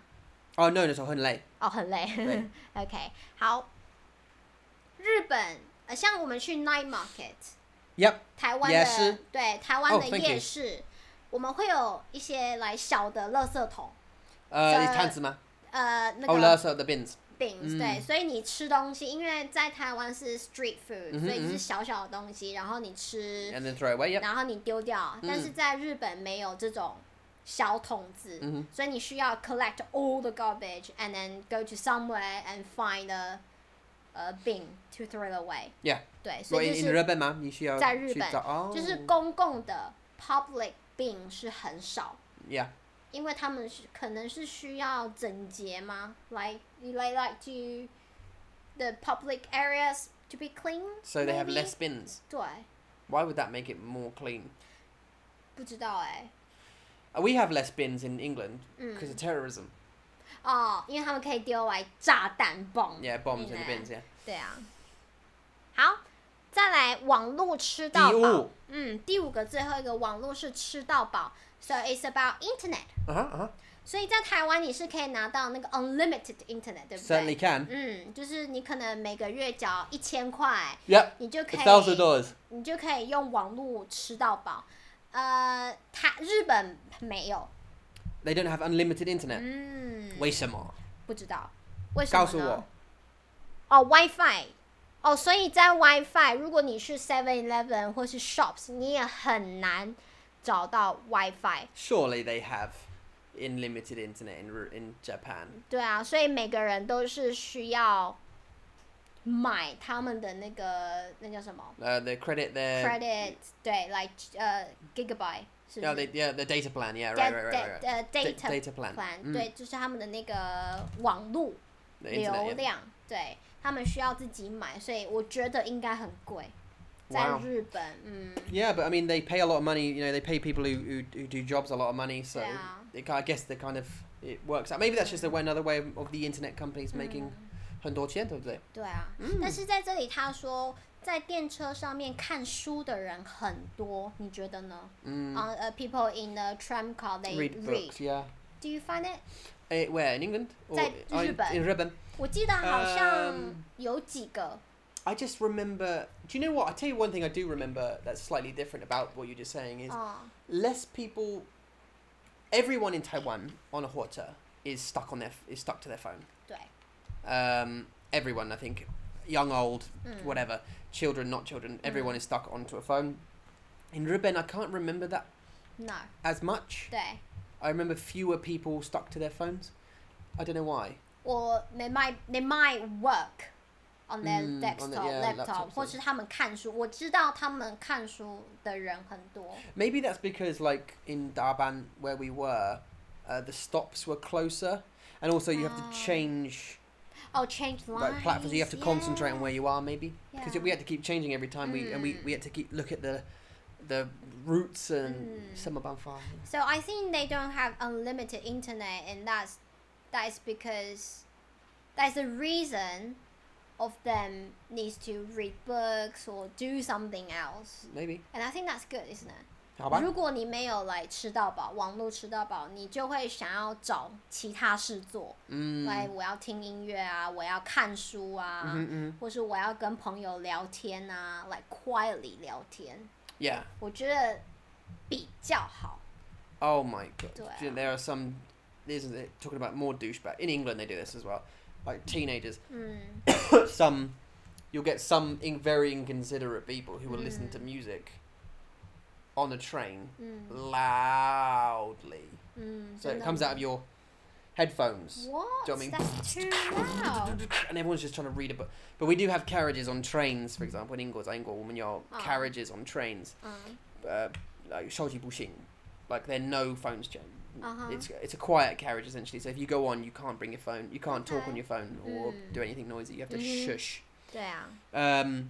[SPEAKER 2] Oh no, no, so hun lei.
[SPEAKER 1] 哦，很累
[SPEAKER 2] 对。
[SPEAKER 1] OK，好。日本呃，像我们去 night market，
[SPEAKER 2] Yep.
[SPEAKER 1] 台湾
[SPEAKER 2] 夜
[SPEAKER 1] 的
[SPEAKER 2] 市
[SPEAKER 1] 对台湾
[SPEAKER 2] Oh,
[SPEAKER 1] 的
[SPEAKER 2] thank
[SPEAKER 1] 夜
[SPEAKER 2] you.
[SPEAKER 1] 市，我们会有一些来小的垃圾桶，
[SPEAKER 2] Uh,
[SPEAKER 1] So-
[SPEAKER 2] it's Tansuma.
[SPEAKER 1] 呃，那
[SPEAKER 2] Oh,
[SPEAKER 1] 个
[SPEAKER 2] Lursa at the bins.
[SPEAKER 1] bins，
[SPEAKER 2] 嗯
[SPEAKER 1] 对，所以你吃东西，因为在台湾是 street food，、
[SPEAKER 2] 嗯哼
[SPEAKER 1] 所以就
[SPEAKER 2] 嗯
[SPEAKER 1] 是
[SPEAKER 2] 哼
[SPEAKER 1] 小小的东西，然后你吃，
[SPEAKER 2] And then throw it away. Yep.
[SPEAKER 1] 然后你丢掉，但是在日本没有这种小桶子，
[SPEAKER 2] 嗯
[SPEAKER 1] 所以你需要 collect all the garbage and then go to somewhere and find a a bin to throw it away。
[SPEAKER 2] Yeah.
[SPEAKER 1] 对，所
[SPEAKER 2] Well,
[SPEAKER 1] 以
[SPEAKER 2] in,
[SPEAKER 1] 就
[SPEAKER 2] in
[SPEAKER 1] 是
[SPEAKER 2] Rebbe, man, you should
[SPEAKER 1] 在日
[SPEAKER 2] should-
[SPEAKER 1] 本
[SPEAKER 2] oh.
[SPEAKER 1] 就是公共的 public bin 是很少，
[SPEAKER 2] Yeah.
[SPEAKER 1] 因为他们是可能是需要整洁吗？Like you like like to the public areas to be clean？
[SPEAKER 2] So they have
[SPEAKER 1] maybe？
[SPEAKER 2] less bins.
[SPEAKER 1] 对，
[SPEAKER 2] Why would that make it more clean?
[SPEAKER 1] 不知道哎、
[SPEAKER 2] Uh, We have less bins in England
[SPEAKER 1] Mm.
[SPEAKER 2] because of terrorism.
[SPEAKER 1] 哦，因为他们可以丢来炸弹bomb。
[SPEAKER 2] Yeah, bombs in the
[SPEAKER 1] Yeah.
[SPEAKER 2] bins. Yeah.
[SPEAKER 1] 对啊。好，再来网络吃到
[SPEAKER 2] 第
[SPEAKER 1] 饱。
[SPEAKER 2] 五，
[SPEAKER 1] 嗯，第五个最后一个网络是吃到饱，so it's about internet。
[SPEAKER 2] uh huh, uh huh.
[SPEAKER 1] 所以在台湾你是可以拿到那个 unlimited internet，对不
[SPEAKER 2] Certainly
[SPEAKER 1] 对？
[SPEAKER 2] can.
[SPEAKER 1] 嗯，就是你可能每个月缴一千块，
[SPEAKER 2] Yep,
[SPEAKER 1] 你就可
[SPEAKER 2] a thousand
[SPEAKER 1] 以，
[SPEAKER 2] dollars.
[SPEAKER 1] 你就可以用网络吃到饱。呃，台日本没有，
[SPEAKER 2] They don't have unlimited internet.
[SPEAKER 1] 嗯，
[SPEAKER 2] Way some more.
[SPEAKER 1] 不知道为什
[SPEAKER 2] 告
[SPEAKER 1] 么
[SPEAKER 2] 诉
[SPEAKER 1] 呢
[SPEAKER 2] 我？，
[SPEAKER 1] 哦，WiFi，哦，所以在 WiFi，如果你是 Seven Eleven 或是 Shops，你也很难找到 WiFi。
[SPEAKER 2] surely they have unlimited internet in Ru- in Japan.
[SPEAKER 1] 对啊，所以每个人都是需要买他们的那个那叫什么
[SPEAKER 2] Uh, they credit their
[SPEAKER 1] credit，对，like 呃 gigabyte 是不是
[SPEAKER 2] Yeah, they, yeah, the data plan. Yeah, right, right, right, right. right.
[SPEAKER 1] 呃
[SPEAKER 2] Da-
[SPEAKER 1] data
[SPEAKER 2] data plan.
[SPEAKER 1] plan，
[SPEAKER 2] Mm,
[SPEAKER 1] 对，就是他们的那个网路
[SPEAKER 2] the
[SPEAKER 1] 流
[SPEAKER 2] internet. Yeah.
[SPEAKER 1] 量，对他们需要自己买，所以我觉得应该很贵，在
[SPEAKER 2] Wow.
[SPEAKER 1] 日本，嗯。
[SPEAKER 2] Yeah, but I mean, they pay a lot of money. You know, they pay people who, who, who do jobs a lot of money. So
[SPEAKER 1] Yeah.
[SPEAKER 2] it, ki- I guess they kind of it works out. Maybe that's just a, another way of, of the internet
[SPEAKER 1] Mm.
[SPEAKER 2] companies making 很多钱,对不对?
[SPEAKER 1] 对啊，
[SPEAKER 2] 嗯
[SPEAKER 1] 但是在这里他说，在电车上面看书的人很多，你觉得呢？嗯，呃、people in the tram car they
[SPEAKER 2] Mm, Read books. Yeah.
[SPEAKER 1] Do you find it？
[SPEAKER 2] Eh, where in England?
[SPEAKER 1] 在
[SPEAKER 2] oh, in,
[SPEAKER 1] Japan.
[SPEAKER 2] in Japan.
[SPEAKER 1] 我记得好像
[SPEAKER 2] 嗯
[SPEAKER 1] 有几个，
[SPEAKER 2] I just remember. Do you know what? I tell you one thing I do remember that's slightly different about what you're just saying is
[SPEAKER 1] 哦、
[SPEAKER 2] less people. Everyone in Taiwan on a hotter is stuck on their f- is stuck to their phone.
[SPEAKER 1] 对，
[SPEAKER 2] Um, everyone, I think, young, old,
[SPEAKER 1] 嗯 Mm.
[SPEAKER 2] whatever, children, not children, everyone is stuck onto a phone. In Ruben, I can't remember that
[SPEAKER 1] 那儿
[SPEAKER 2] as much.
[SPEAKER 1] 对
[SPEAKER 2] I remember fewer people stuck to their phones. I don't know why.
[SPEAKER 1] 我 they might they might work on their
[SPEAKER 2] 嗯
[SPEAKER 1] desktop、
[SPEAKER 2] Mm, on the- yeah, laptops
[SPEAKER 1] 或是他们看书，我知道他们看书的人很多，
[SPEAKER 2] Maybe that's because, like in Darban, where we were, uh, the stops were closer, and also you have to change
[SPEAKER 1] 哦、change lines，
[SPEAKER 2] like platforms. You have to concentrate on where you are, maybe, because
[SPEAKER 1] Yeah.
[SPEAKER 2] we had to keep changing every time. We and we, we had to keep look at the the routes and some of our farm.
[SPEAKER 1] So I think they don't have unlimited internet, and that's that's because that's the reason of them needs to read books or do something else.
[SPEAKER 2] Maybe.
[SPEAKER 1] And I think that's good, isn't it?
[SPEAKER 2] 好吧，
[SPEAKER 1] 如果你没有来吃到饱，网络吃到饱，你就会想要找其他事做。
[SPEAKER 2] 嗯，
[SPEAKER 1] 来，哎我要听音乐啊，我要看书啊，
[SPEAKER 2] 嗯嗯
[SPEAKER 1] 或是我要跟朋友聊天啊，like quietly 聊天，
[SPEAKER 2] ，Yeah.
[SPEAKER 1] 我觉得比较好。
[SPEAKER 2] Oh my god.
[SPEAKER 1] Do
[SPEAKER 2] Do you know, There are some. This is it, talking about more douchebag in England. They do this as well, like teenagers.
[SPEAKER 1] 嗯。
[SPEAKER 2] some, you'll get some in, very inconsiderate people who will listen to music. On a train, loudly,
[SPEAKER 1] 嗯，
[SPEAKER 2] so
[SPEAKER 1] 真
[SPEAKER 2] it
[SPEAKER 1] 的
[SPEAKER 2] comes out of your headphones.
[SPEAKER 1] What?
[SPEAKER 2] Do you know what I mean?
[SPEAKER 1] That's too loud.
[SPEAKER 2] and everyone's just trying to read a book. But we do have carriages on trains, for example, in Ingles, Angol, when you're
[SPEAKER 1] Oh.
[SPEAKER 2] carriages on trains,
[SPEAKER 1] 嗯
[SPEAKER 2] uh, like Shoji Bushing, like they're no phones chain.
[SPEAKER 1] Uh-huh.
[SPEAKER 2] It's it's a quiet carriage essentially. So if you go on, you can't bring your phone, you can't talk
[SPEAKER 1] Okay.
[SPEAKER 2] on your phone or
[SPEAKER 1] Mm.
[SPEAKER 2] do anything noisy. You have to
[SPEAKER 1] Mhm.
[SPEAKER 2] shush.
[SPEAKER 1] 对啊，
[SPEAKER 2] Um,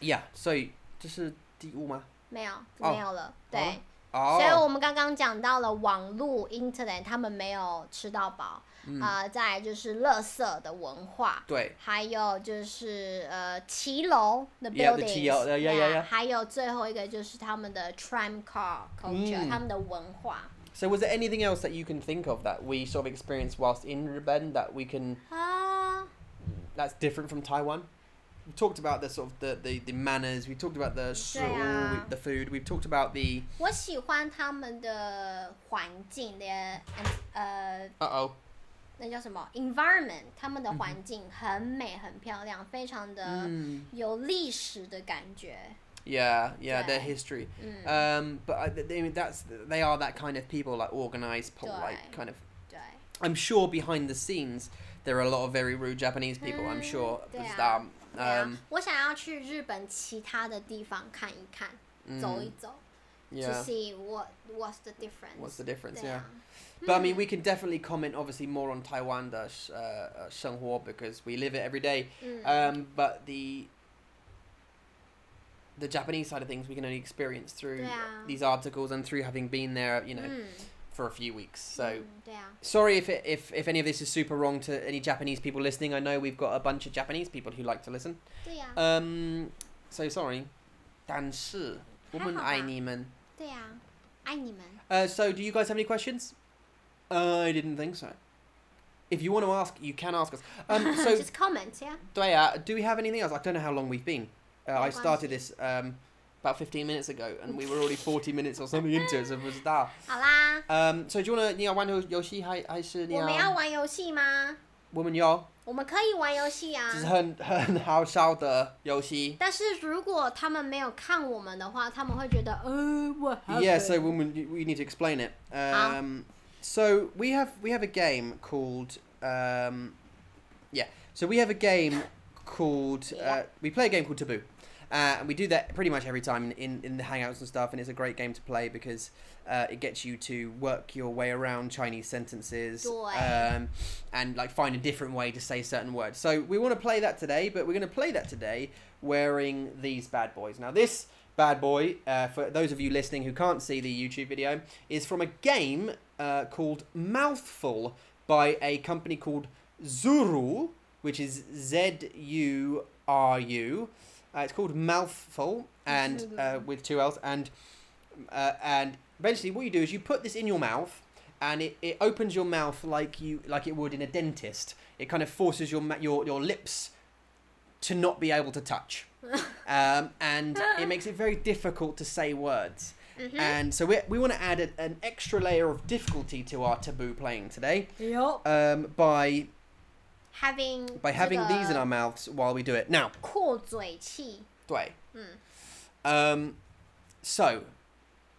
[SPEAKER 2] yeah. So this is the Uma.
[SPEAKER 1] 没有、
[SPEAKER 2] 哦
[SPEAKER 1] 没有了，
[SPEAKER 2] 好
[SPEAKER 1] 对
[SPEAKER 2] 了。Oh,
[SPEAKER 1] 所以我们刚刚讲到了网络 internet，他们没有吃到饱，啊、
[SPEAKER 2] 嗯
[SPEAKER 1] 再来就是垃圾的文化。还有就是呃，骑楼的
[SPEAKER 2] Yeah, the
[SPEAKER 1] buildings，
[SPEAKER 2] 骑楼，yeah, yeah,
[SPEAKER 1] yeah，
[SPEAKER 2] yeah.
[SPEAKER 1] 还有最后一个就是他们的 tram car culture，、
[SPEAKER 2] 嗯
[SPEAKER 1] 他们的文化。
[SPEAKER 2] So was there anything else that you can think of that we sort of experienced whilst in Ruben that we can
[SPEAKER 1] 啊，
[SPEAKER 2] that's different from Taiwan. We talked about the sort of the, the, the manners. We talked about the sort of-
[SPEAKER 1] Yeah.
[SPEAKER 2] the food. We've talked about the
[SPEAKER 1] 我喜欢他们的环境的呃
[SPEAKER 2] uh oh
[SPEAKER 1] 那叫什么 environment，他们的环境很美、很漂亮，非常的
[SPEAKER 2] 嗯
[SPEAKER 1] 有历史的感觉。
[SPEAKER 2] Hmm.
[SPEAKER 1] 嗯
[SPEAKER 2] yeah yeah
[SPEAKER 1] Yeah.
[SPEAKER 2] their history. Um, but I, th- I mean that's they are that kind of people like organized, polite
[SPEAKER 1] Right.
[SPEAKER 2] kind of.
[SPEAKER 1] 对，
[SPEAKER 2] I'm sure behind the scenes there are a lot of very rude Japanese people. I'm
[SPEAKER 1] Mm,
[SPEAKER 2] sure.
[SPEAKER 1] they
[SPEAKER 2] Just,
[SPEAKER 1] are.
[SPEAKER 2] um,
[SPEAKER 1] 对啊
[SPEAKER 2] um,
[SPEAKER 1] 我想要去日本其他的地方看一看，走一走
[SPEAKER 2] 嗯 mm, yeah.
[SPEAKER 1] to see what what's the difference。
[SPEAKER 2] What's the difference?
[SPEAKER 1] 对
[SPEAKER 2] Yeah.
[SPEAKER 1] 啊，
[SPEAKER 2] But I mean,
[SPEAKER 1] Hmm.
[SPEAKER 2] we can definitely comment, obviously, more on Taiwan, the sh- uh, uh,
[SPEAKER 1] Hmm. 嗯
[SPEAKER 2] Shenghua, because we live it every day. Um, but the the Japanese side of things we can only experience through
[SPEAKER 1] Yeah. Hmm.
[SPEAKER 2] these articles and through having been there, you know,
[SPEAKER 1] 嗯，
[SPEAKER 2] for a few weeks. So
[SPEAKER 1] 嗯对啊，
[SPEAKER 2] sorry if, it, if if any of this is super wrong to any Japanese people listening. I know we've got a bunch of Japanese people who like to listen.
[SPEAKER 1] 对啊呀、
[SPEAKER 2] Um, so sorry. 但是我们爱你们。
[SPEAKER 1] 对呀、爱你们。
[SPEAKER 2] Uh, so, do you guys have any questions? Uh, I didn't think so. If you want to ask, you can ask us. Um, so,
[SPEAKER 1] just comment, yeah.
[SPEAKER 2] Dwaya, do we have anything else? I don't know how long we've been. Uh, I
[SPEAKER 1] Likewise.
[SPEAKER 2] started this um, about 15 minutes ago, and we were already 40 minutes or something into it, so it was that.
[SPEAKER 1] 好啦，
[SPEAKER 2] Um, so, do you want to 你要玩游戏还还是你
[SPEAKER 1] 我们要玩游戏吗？我们可以玩游戏啊，
[SPEAKER 2] 我们要就是很很好笑的游戏。
[SPEAKER 1] 但是如果他们没有看我们的话，他们会觉得，呃，我
[SPEAKER 2] Yeah, so when we, we need to explain it.
[SPEAKER 1] Ah.
[SPEAKER 2] Um, so we have we have a game called um, yeah. So we have a game called uh,
[SPEAKER 1] Yeah.
[SPEAKER 2] we play a game called Taboo, uh, and we do that pretty much every time in, in the Hangouts and stuff. And it's a great game to play because uh, it gets you to work your way around Chinese sentences
[SPEAKER 1] Doi.
[SPEAKER 2] um, and like find a different way to say certain words. So we want to play that today, but we're going to play that today wearing these bad boys. Now this bad boy, uh, for those of you listening who can't see the YouTube video, is from a game uh, called Mouthful by a company called Zuru, which is Z U R U. Uh, It's called Mouthful, and uh, with two L's, and uh, and basically what you do is you put this in your mouth. And it, it opens your mouth like you like it would in a dentist. It kind of forces your ma- your your lips to not be able to touch, um, and it makes it very difficult to say
[SPEAKER 1] 嗯
[SPEAKER 2] words.
[SPEAKER 1] Mm-hmm.
[SPEAKER 2] And so we, we want to add a, an extra layer of difficulty to our taboo playing today
[SPEAKER 1] 有
[SPEAKER 2] um, by
[SPEAKER 1] having
[SPEAKER 2] by having
[SPEAKER 1] 这个
[SPEAKER 2] these in our mouths while we do it. Now,
[SPEAKER 1] 扩嘴器，
[SPEAKER 2] Dway. Um, so,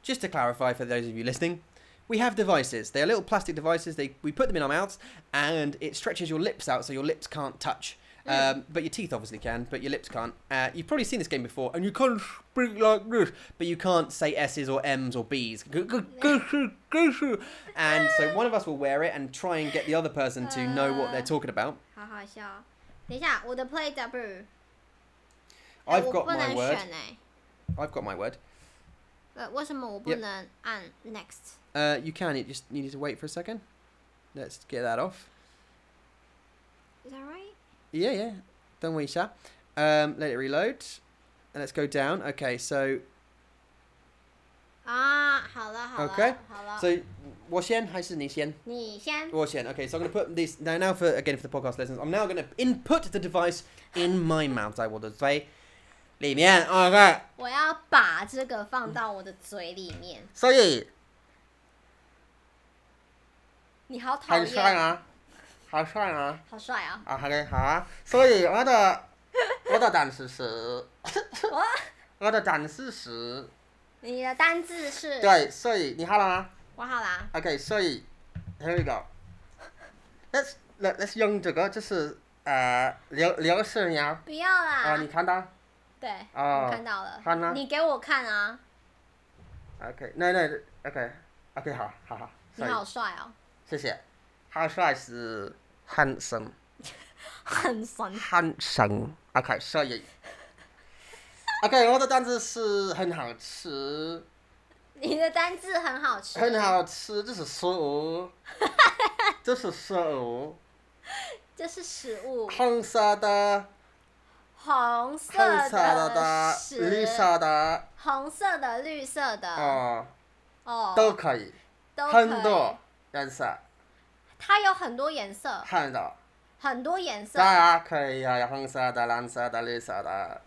[SPEAKER 2] just to clarify for those of you listening, we have devices. They're little plastic devices. They we put them in our mouths, and it stretches your lips out so your lips can't touch. Um, but your teeth obviously can, but your lips can't. Uh, you've probably seen this game before, and you can't speak like this, but you can't say S's or M's or B's. and so one of us will wear it and try and get the other person to know what they're talking about.
[SPEAKER 1] 好好笑哦。等一下，我的 play W，哎
[SPEAKER 2] I've
[SPEAKER 1] 我
[SPEAKER 2] got
[SPEAKER 1] 不
[SPEAKER 2] my
[SPEAKER 1] 能
[SPEAKER 2] word.
[SPEAKER 1] 选哎、
[SPEAKER 2] I've got my word.
[SPEAKER 1] 呃，为什么我不
[SPEAKER 2] Yep.
[SPEAKER 1] 能按 next？
[SPEAKER 2] Uh, you can. It just you need to wait for a second. Let's get that off.
[SPEAKER 1] Is that right?
[SPEAKER 2] Yeah, yeah. Don't worry, sir. Um, let it reload, and let's go down. Okay, so
[SPEAKER 1] 啊，好了好了
[SPEAKER 2] Okay.
[SPEAKER 1] 好了
[SPEAKER 2] so 我先还是你先？
[SPEAKER 1] 你先。
[SPEAKER 2] 我先. Okay, so I'm gonna put this now. Now for again for the podcast lessons, I'm now gonna input the device in my mouth. I will just say, 里面 okay.
[SPEAKER 1] 我要把这个放到我的嘴里面，
[SPEAKER 2] So you
[SPEAKER 1] 你好讨厌，
[SPEAKER 2] 很帅啊，好帅啊，啊好的好啊。所以我的
[SPEAKER 1] 好帅啊！
[SPEAKER 2] Ah, 我的胆识是
[SPEAKER 1] 我
[SPEAKER 2] 我的胆识是。
[SPEAKER 1] 你的单字是，
[SPEAKER 2] 对，所以你好了吗
[SPEAKER 1] 我好啦，
[SPEAKER 2] ？OK，所以 here we go。Let's let, let's 用这个就是呃流流水呀
[SPEAKER 1] 不要
[SPEAKER 2] 啊，
[SPEAKER 1] 啦
[SPEAKER 2] 你，看到
[SPEAKER 1] 对，
[SPEAKER 2] 哦
[SPEAKER 1] 我看到了
[SPEAKER 2] 看啊，
[SPEAKER 1] 你给我看啊，
[SPEAKER 2] ？OK，那那 OK OK 好好好，
[SPEAKER 1] 你
[SPEAKER 2] 所以
[SPEAKER 1] 好帅哦，
[SPEAKER 2] 谢谢。他帅是 handsome
[SPEAKER 1] 很酸，
[SPEAKER 2] handsome。OK，所以 OK 我的单词是很好吃，
[SPEAKER 1] 你的单字很好吃，
[SPEAKER 2] 很，好吃，这是食物，这是食物，
[SPEAKER 1] 这是食物，
[SPEAKER 2] 红色的。
[SPEAKER 1] 红色
[SPEAKER 2] 红色的
[SPEAKER 1] 的
[SPEAKER 2] 的、
[SPEAKER 1] 食，
[SPEAKER 2] 绿色的
[SPEAKER 1] 红色的、绿色的，
[SPEAKER 2] 啊、
[SPEAKER 1] 哦，
[SPEAKER 2] 都可以，
[SPEAKER 1] 都可以
[SPEAKER 2] 很多颜色，
[SPEAKER 1] 它有很多颜色，
[SPEAKER 2] 很多，
[SPEAKER 1] 很多颜色
[SPEAKER 2] 当，然可以啊，有红色的、蓝色的、绿色的，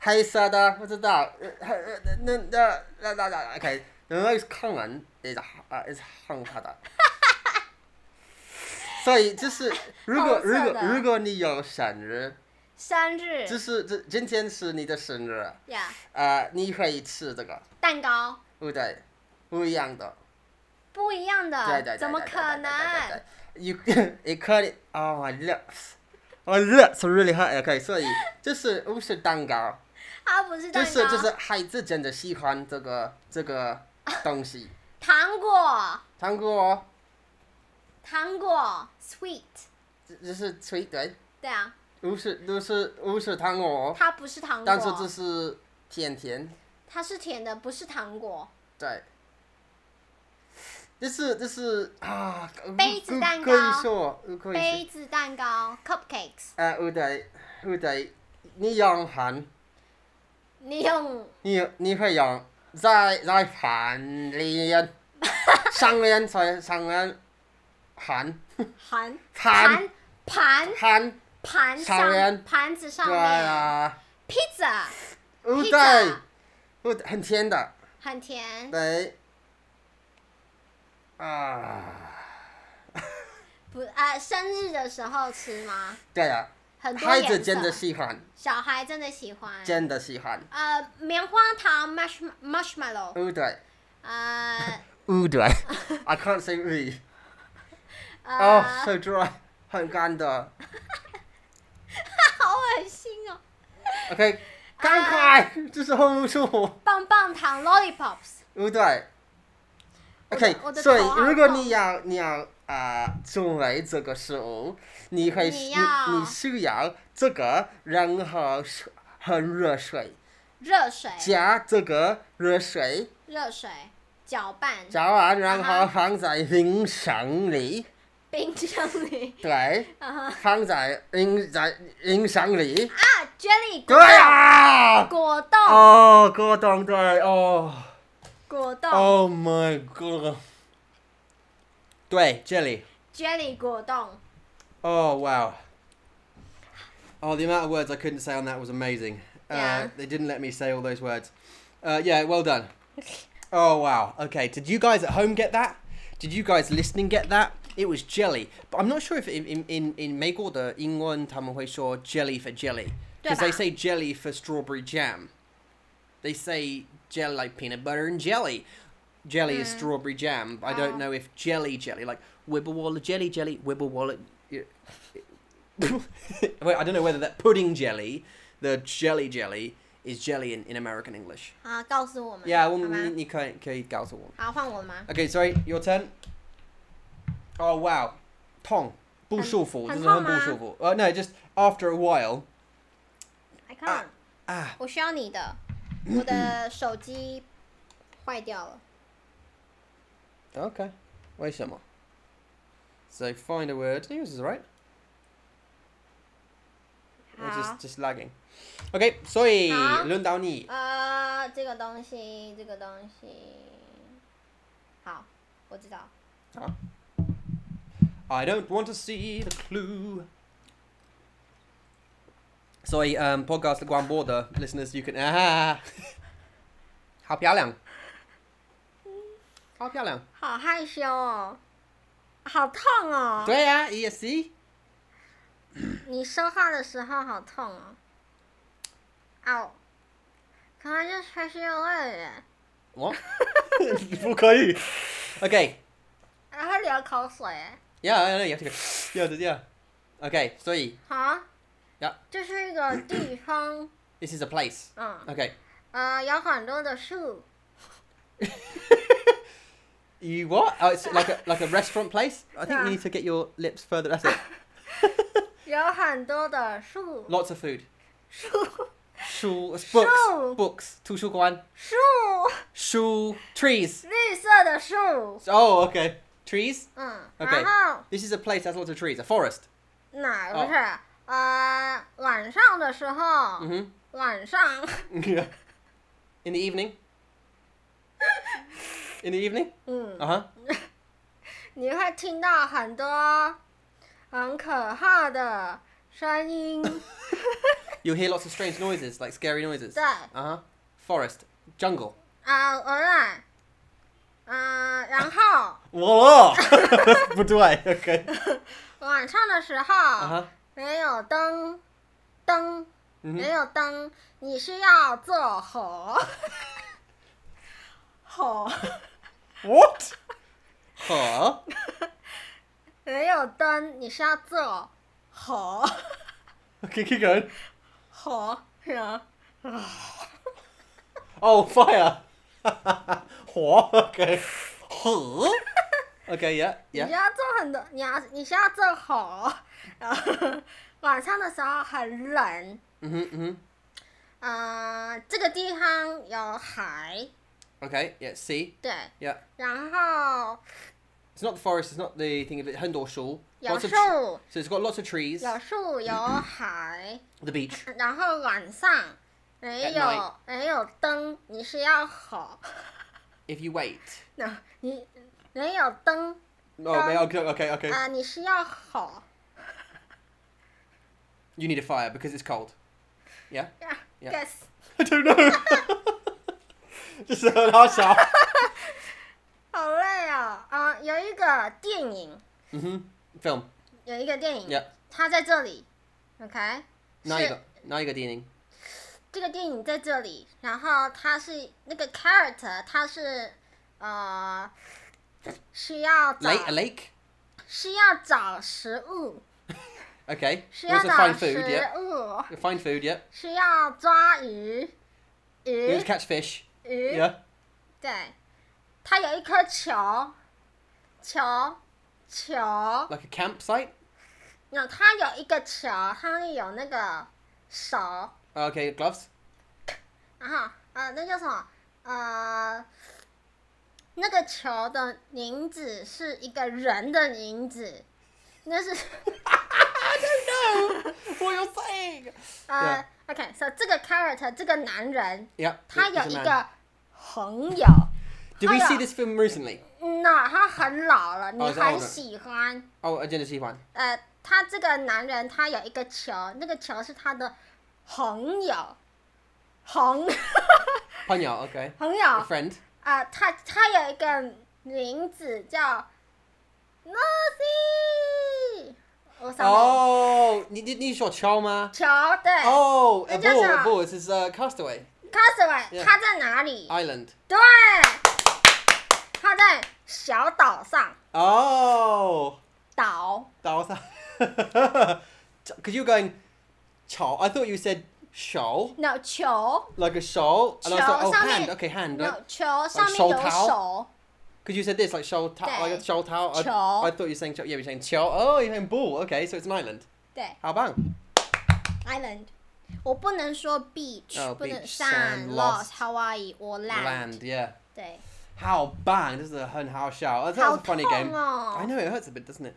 [SPEAKER 2] 黑色的不知道，呃呃呃那那那那那 OK，因为看人也是啊也是红色的。所以就是，如果
[SPEAKER 1] 红
[SPEAKER 2] 如
[SPEAKER 1] 色
[SPEAKER 2] 果
[SPEAKER 1] 的
[SPEAKER 2] 如果你有生日，
[SPEAKER 1] 生日
[SPEAKER 2] 就是这今天是你的生日，
[SPEAKER 1] 呀，
[SPEAKER 2] 啊，你可以吃这个，
[SPEAKER 1] 蛋糕。
[SPEAKER 2] 对不对？不一样的。
[SPEAKER 1] 不一样的，
[SPEAKER 2] 对对对，
[SPEAKER 1] 怎么
[SPEAKER 2] 对
[SPEAKER 1] 可能？？
[SPEAKER 2] 对对对对 You it could oh my lips, my lips are really hurt. OK，所以这是不是蛋糕，
[SPEAKER 1] 它不是蛋
[SPEAKER 2] 就
[SPEAKER 1] 糕，
[SPEAKER 2] 是就是孩子真的喜欢这个这个东西，
[SPEAKER 1] 糖果，
[SPEAKER 2] 糖果
[SPEAKER 1] 糖果，sweet，
[SPEAKER 2] 这这是 sweet 对，
[SPEAKER 1] 对啊，
[SPEAKER 2] 巫师都是巫师糖果，
[SPEAKER 1] 它不是糖
[SPEAKER 2] 但是这
[SPEAKER 1] 果，
[SPEAKER 2] 是甜甜，
[SPEAKER 1] 它是甜的，不是糖果。
[SPEAKER 2] 对。这是这是啊，
[SPEAKER 1] 杯子蛋糕
[SPEAKER 2] 可以说，可以说，
[SPEAKER 1] 杯子蛋糕 （cupcakes），
[SPEAKER 2] 呃，我得我得，你用hand，
[SPEAKER 1] 你用
[SPEAKER 2] 你你会用在在盘里面，上面才上面盘
[SPEAKER 1] 盘
[SPEAKER 2] 盘
[SPEAKER 1] 盘
[SPEAKER 2] 盘，
[SPEAKER 1] 盘
[SPEAKER 2] 上面
[SPEAKER 1] 上盘子上
[SPEAKER 2] 对
[SPEAKER 1] 面
[SPEAKER 2] 啊，
[SPEAKER 1] ，pizza
[SPEAKER 2] 哦
[SPEAKER 1] pizza
[SPEAKER 2] 对，哦很甜的，
[SPEAKER 1] 很甜，
[SPEAKER 2] 对，啊，
[SPEAKER 1] 不呃，生日的时候吃吗？
[SPEAKER 2] 对啊，
[SPEAKER 1] 很多
[SPEAKER 2] 孩
[SPEAKER 1] 颜色，嗯
[SPEAKER 2] 子真的喜欢，
[SPEAKER 1] 小孩真的喜欢。
[SPEAKER 2] 真的喜欢，
[SPEAKER 1] 呃，棉花糖 （mash marshmallow），
[SPEAKER 2] 哦对，
[SPEAKER 1] 呃
[SPEAKER 2] 哦对，I can't say really，哦
[SPEAKER 1] 呃，
[SPEAKER 2] ，so dry，很干的
[SPEAKER 1] 好恶心哦！
[SPEAKER 2] ，OK，赶
[SPEAKER 1] 啊
[SPEAKER 2] 快，这是后是我。
[SPEAKER 1] 棒棒糖 （lollipops），
[SPEAKER 2] 对不对
[SPEAKER 1] 我
[SPEAKER 2] ？OK，
[SPEAKER 1] 的我的
[SPEAKER 2] 所以
[SPEAKER 1] 头啊好
[SPEAKER 2] 如果
[SPEAKER 1] 痛
[SPEAKER 2] 你要你要啊、作为这个食物，你
[SPEAKER 1] 你
[SPEAKER 2] 会需
[SPEAKER 1] 要
[SPEAKER 2] 你需要这个，然后水和热水，
[SPEAKER 1] 热水，
[SPEAKER 2] 加这个热水，
[SPEAKER 1] 热水搅拌，
[SPEAKER 2] 加完然
[SPEAKER 1] 啊哈
[SPEAKER 2] 后放在冰箱里，
[SPEAKER 1] 啊冰箱 里。
[SPEAKER 2] 对，
[SPEAKER 1] 啊哈
[SPEAKER 2] 放在冰在冰箱里，
[SPEAKER 1] 啊，jelly 果
[SPEAKER 2] 对
[SPEAKER 1] 冻，
[SPEAKER 2] 啊，
[SPEAKER 1] 果冻，
[SPEAKER 2] 哦，果冻对哦
[SPEAKER 1] 果冻
[SPEAKER 2] ，Oh my god，对，这里。
[SPEAKER 1] ，jelly 果冻。
[SPEAKER 2] Oh wow! Oh, the amount of words I couldn't say on that was amazing.
[SPEAKER 1] Yeah.
[SPEAKER 2] Uh, they didn't let me say all those words. Uh, yeah, well done. Oh wow. Okay, did you guys at home get that? Did you guys listening get that? It was jelly, but I'm not sure if in in in, in 美国的英文他们会说 jelly for jelly because
[SPEAKER 1] 对吧？
[SPEAKER 2] they say jelly for strawberry jam. They say jelly like peanut butter and jelly. Jelly is strawberry jam. I don't
[SPEAKER 1] Oh.
[SPEAKER 2] know if jelly jelly like wibble wallet jelly jelly wibble wallet. Wait, I don't know whether that pudding jelly, the jelly jelly, is jelly in, in American English.
[SPEAKER 1] 啊，告诉我们。
[SPEAKER 2] Yeah,
[SPEAKER 1] 好吗？
[SPEAKER 2] 我们你可以可以告诉我。
[SPEAKER 1] 好，换我吗？
[SPEAKER 2] Okay, sorry, your turn. Oh wow, 痛，不舒服，
[SPEAKER 1] 很-
[SPEAKER 2] 真的很不舒服。Uh, no, just after a while.
[SPEAKER 1] 来看，
[SPEAKER 2] 啊，
[SPEAKER 1] 我需要你 的，我的手机坏掉了。
[SPEAKER 2] Okay. 为什么？So find a word. Yours is right. Or
[SPEAKER 1] 好
[SPEAKER 2] just，just lagging. Okay, 所以
[SPEAKER 1] 好。
[SPEAKER 2] 轮到你。
[SPEAKER 1] 呃，这个东西，这个东西，好，我知道。
[SPEAKER 2] Ah. I don't want to see the clue. Sorry, um, podcast the Guambo, the listeners, you can. Ah, 好漂亮，好漂亮。对呀、啊、，ESC，
[SPEAKER 1] 好害羞哦，好痛哦。
[SPEAKER 2] E,
[SPEAKER 1] 你说话的时候好痛哦。哦，可能就学习有味耶，
[SPEAKER 2] 我不可以。Okay,
[SPEAKER 1] 然后流口水耶。
[SPEAKER 2] yeah, yeah, yeah, yeah, yeah. Okay, 所以
[SPEAKER 1] 好。
[SPEAKER 2] 呀。
[SPEAKER 1] 这是一个地方，
[SPEAKER 2] this is a place.
[SPEAKER 1] 嗯，
[SPEAKER 2] Okay,
[SPEAKER 1] 呃，有很多的树。
[SPEAKER 2] you what? Oh, it's like a like a restaurant place. I think you need to get your lips further. That's it.
[SPEAKER 1] 有很多的树，
[SPEAKER 2] Lots of food.
[SPEAKER 1] 树，
[SPEAKER 2] 书 books books 图书馆。
[SPEAKER 1] 树，
[SPEAKER 2] Shoe trees.
[SPEAKER 1] 绿色的树，
[SPEAKER 2] Oh, okay. Trees.
[SPEAKER 1] 嗯
[SPEAKER 2] Okay
[SPEAKER 1] 然后
[SPEAKER 2] This is a place that has lots of trees. A forest.
[SPEAKER 1] 哪
[SPEAKER 2] 哦
[SPEAKER 1] 不是、呃晚上的时候，
[SPEAKER 2] Mm-hmm.
[SPEAKER 1] 晚上
[SPEAKER 2] Yeah. In the evening. In the evening.
[SPEAKER 1] 嗯
[SPEAKER 2] Uh huh.
[SPEAKER 1] 你会听到很多很可怕的声音，
[SPEAKER 2] You'll hear lots of strange noises, like scary noises.
[SPEAKER 1] 对
[SPEAKER 2] Uh huh. Forest. Jungle.
[SPEAKER 1] 啊，我来，嗯、然后
[SPEAKER 2] Voila! What do I? Okay.
[SPEAKER 1] 晚上的时候、
[SPEAKER 2] Uh huh.
[SPEAKER 1] 没有灯，灯。没
[SPEAKER 2] Mm-hmm.
[SPEAKER 1] 有灯，你是要做火， 火
[SPEAKER 2] What? Huh?
[SPEAKER 1] 没有灯，你是要做火
[SPEAKER 2] Okay, keep going.
[SPEAKER 1] 火人，
[SPEAKER 2] Oh, fire. What? Okay. Huh? Okay, yeah,
[SPEAKER 1] 你
[SPEAKER 2] yeah.
[SPEAKER 1] 是要做很多，你要你是要做火，然后 晚上的时候很冷，
[SPEAKER 2] Mm hmm. Mm
[SPEAKER 1] 呃，这个地方有海，
[SPEAKER 2] hmm. Okay. Yeah. See.
[SPEAKER 1] 对，
[SPEAKER 2] Yeah.
[SPEAKER 1] 然后
[SPEAKER 2] It's not the forest. It's not the thing of it. Hundor Shul.
[SPEAKER 1] 有
[SPEAKER 2] Lots
[SPEAKER 1] 树
[SPEAKER 2] of tr-，so it's got lots of trees.
[SPEAKER 1] 有树有海，
[SPEAKER 2] The beach.
[SPEAKER 1] 然后晚上没
[SPEAKER 2] At night
[SPEAKER 1] 有没有灯，你是要吼，
[SPEAKER 2] If you wait.
[SPEAKER 1] 那你没有灯
[SPEAKER 2] Oh, may- okay, okay, okay.
[SPEAKER 1] 啊、你是要吼
[SPEAKER 2] You need a fire because it's cold. Yeah. Yeah.
[SPEAKER 1] ，yes，
[SPEAKER 2] I don't know. Just a harsh off.
[SPEAKER 1] 好累哦，啊、有一个电影，
[SPEAKER 2] Mm-hmm. Film.
[SPEAKER 1] 有一个电影
[SPEAKER 2] Yeah.
[SPEAKER 1] 它在这里，OK，
[SPEAKER 2] Now you
[SPEAKER 1] Shit.
[SPEAKER 2] got. Now you got the ending.
[SPEAKER 1] 这个电影在这里，然后它是那个 character，它是呃需要找
[SPEAKER 2] Lake. A lake.
[SPEAKER 1] 需要找食物，
[SPEAKER 2] Okay.
[SPEAKER 1] 需
[SPEAKER 2] You
[SPEAKER 1] 要
[SPEAKER 2] also
[SPEAKER 1] 找
[SPEAKER 2] find food.
[SPEAKER 1] 食
[SPEAKER 2] Yeah.
[SPEAKER 1] 物，
[SPEAKER 2] You Find food. Yeah.
[SPEAKER 1] 需要抓鱼，
[SPEAKER 2] You have
[SPEAKER 1] 鱼
[SPEAKER 2] to catch fish.
[SPEAKER 1] 鱼
[SPEAKER 2] Yeah.
[SPEAKER 1] 对，它有一颗球，球球，
[SPEAKER 2] Like a campsite.
[SPEAKER 1] 那它有一个球，它有那个手，
[SPEAKER 2] Okay. Gloves.
[SPEAKER 1] 然后呃那叫什么呃。那个球的名字是一个人的名字，那 是
[SPEAKER 2] I don't know what you're saying.
[SPEAKER 1] 呃、o k 所、so, 这个 character 这个男人
[SPEAKER 2] Yeah.
[SPEAKER 1] 他
[SPEAKER 2] it's
[SPEAKER 1] 有
[SPEAKER 2] a
[SPEAKER 1] 一
[SPEAKER 2] man.
[SPEAKER 1] 个朋友，
[SPEAKER 2] Did we
[SPEAKER 1] Hiya.
[SPEAKER 2] see this film recently?
[SPEAKER 1] 那他很老了，你
[SPEAKER 2] 哦是
[SPEAKER 1] 很
[SPEAKER 2] older
[SPEAKER 1] 喜欢。
[SPEAKER 2] Oh, I didn't see one.
[SPEAKER 1] 呃，他这个男人他有一个球，那个球是他的朋友，朋
[SPEAKER 2] Panya, okay.
[SPEAKER 1] 朋
[SPEAKER 2] A
[SPEAKER 1] 友。
[SPEAKER 2] friend.
[SPEAKER 1] 呃，他他有一个名字叫 Lucy，我想
[SPEAKER 2] Oh, you didn't use your Chalma.
[SPEAKER 1] 球对、
[SPEAKER 2] Oh, a
[SPEAKER 1] It does
[SPEAKER 2] ball, a
[SPEAKER 1] not.
[SPEAKER 2] ball. This is uh, Castaway
[SPEAKER 1] 卡 c a s
[SPEAKER 2] Yeah.
[SPEAKER 1] 他在哪里？
[SPEAKER 2] Island.
[SPEAKER 1] 对，他在小岛上，
[SPEAKER 2] Oh,
[SPEAKER 1] 岛。
[SPEAKER 2] that was because you were going Chal. I thought you said shawl,
[SPEAKER 1] no 球
[SPEAKER 2] like a shawl, and I was like,
[SPEAKER 1] Shawl,
[SPEAKER 2] oh,
[SPEAKER 1] something-
[SPEAKER 2] hand. Okay, hand.
[SPEAKER 1] no 球上面
[SPEAKER 2] 哦手
[SPEAKER 1] 有
[SPEAKER 2] 套
[SPEAKER 1] 手，
[SPEAKER 2] Because you said this, like shawl, ta-
[SPEAKER 1] Yeah.
[SPEAKER 2] like a shawl towel. I,
[SPEAKER 1] Shawl.
[SPEAKER 2] I thought you were saying, chal- yeah, you're saying Chal. Oh, you're saying ball. Okay, so it's an island.
[SPEAKER 1] 对
[SPEAKER 2] How about?
[SPEAKER 1] island，我不能说 beach，、
[SPEAKER 2] Oh,
[SPEAKER 1] 不能
[SPEAKER 2] beach,
[SPEAKER 1] sand
[SPEAKER 2] sand,
[SPEAKER 1] lost
[SPEAKER 2] lost
[SPEAKER 1] Hawaii or land，,
[SPEAKER 2] Land, yeah.
[SPEAKER 1] 对，
[SPEAKER 2] How bang! This is a hun how shout. I thought it was a funny
[SPEAKER 1] How
[SPEAKER 2] game.
[SPEAKER 1] tall.
[SPEAKER 2] I know it hurts a bit, doesn't it?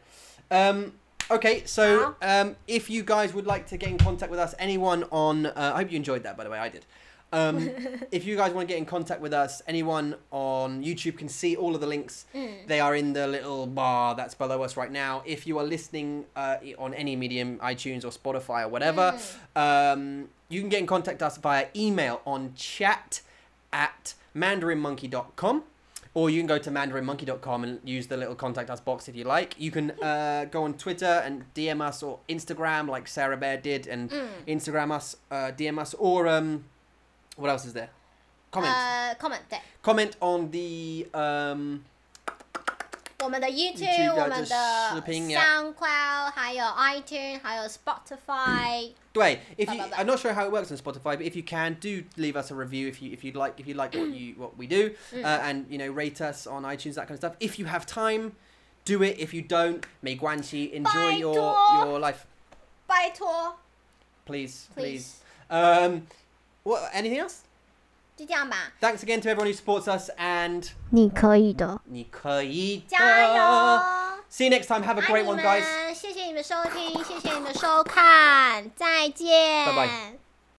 [SPEAKER 2] Um, okay, so um, if you guys would like to get in contact with us, anyone on, uh, I hope you enjoyed that. By the way, I did. Um, if you guys want to get in contact with us, anyone on YouTube can see all of the links. They are in the little bar that's below us right now. If you are listening uh, on any medium, iTunes or Spotify or whatever, um, you can get in contact us via email on chat at mandarinmonkey.com or you can go to mandarinmonkey.com and use the little contact us box if you like. You can uh, go on Twitter and DM us or Instagram like Sarah Bear did and
[SPEAKER 1] Mm.
[SPEAKER 2] Instagram us, uh, DM us or um, what else is there? Comment.
[SPEAKER 1] 呃 comment 对，
[SPEAKER 2] Comment on the um,
[SPEAKER 1] 我们的 YouTube，,
[SPEAKER 2] YouTube
[SPEAKER 1] 我们的
[SPEAKER 2] 的视频呀
[SPEAKER 1] SoundCloud，还有 iTunes，还有 Spotify，、
[SPEAKER 2] 对, if
[SPEAKER 1] Blah,
[SPEAKER 2] you,
[SPEAKER 1] blah, blah.
[SPEAKER 2] I'm not sure how it works on Spotify, but if you can, do leave us a review if you if you'd like if you like what
[SPEAKER 1] Mm.
[SPEAKER 2] you what we do, uh, and you know rate us on iTunes that kind of stuff. If you have time, do it. If you don't, may guanxi enjoy your
[SPEAKER 1] Baiduo.
[SPEAKER 2] your life,
[SPEAKER 1] 拜托
[SPEAKER 2] please, please.
[SPEAKER 1] ，please，
[SPEAKER 2] Um, what anything else?
[SPEAKER 1] 就这样吧，
[SPEAKER 2] Thanks again to everyone who supports us, and
[SPEAKER 1] 你可以的，
[SPEAKER 2] 你可以的。
[SPEAKER 1] 加油！
[SPEAKER 2] See you next time. Have a
[SPEAKER 1] 爱
[SPEAKER 2] great
[SPEAKER 1] 你
[SPEAKER 2] one,
[SPEAKER 1] 们
[SPEAKER 2] guys.
[SPEAKER 1] 谢谢你们收听，谢谢你们收看，再见，
[SPEAKER 2] 拜拜。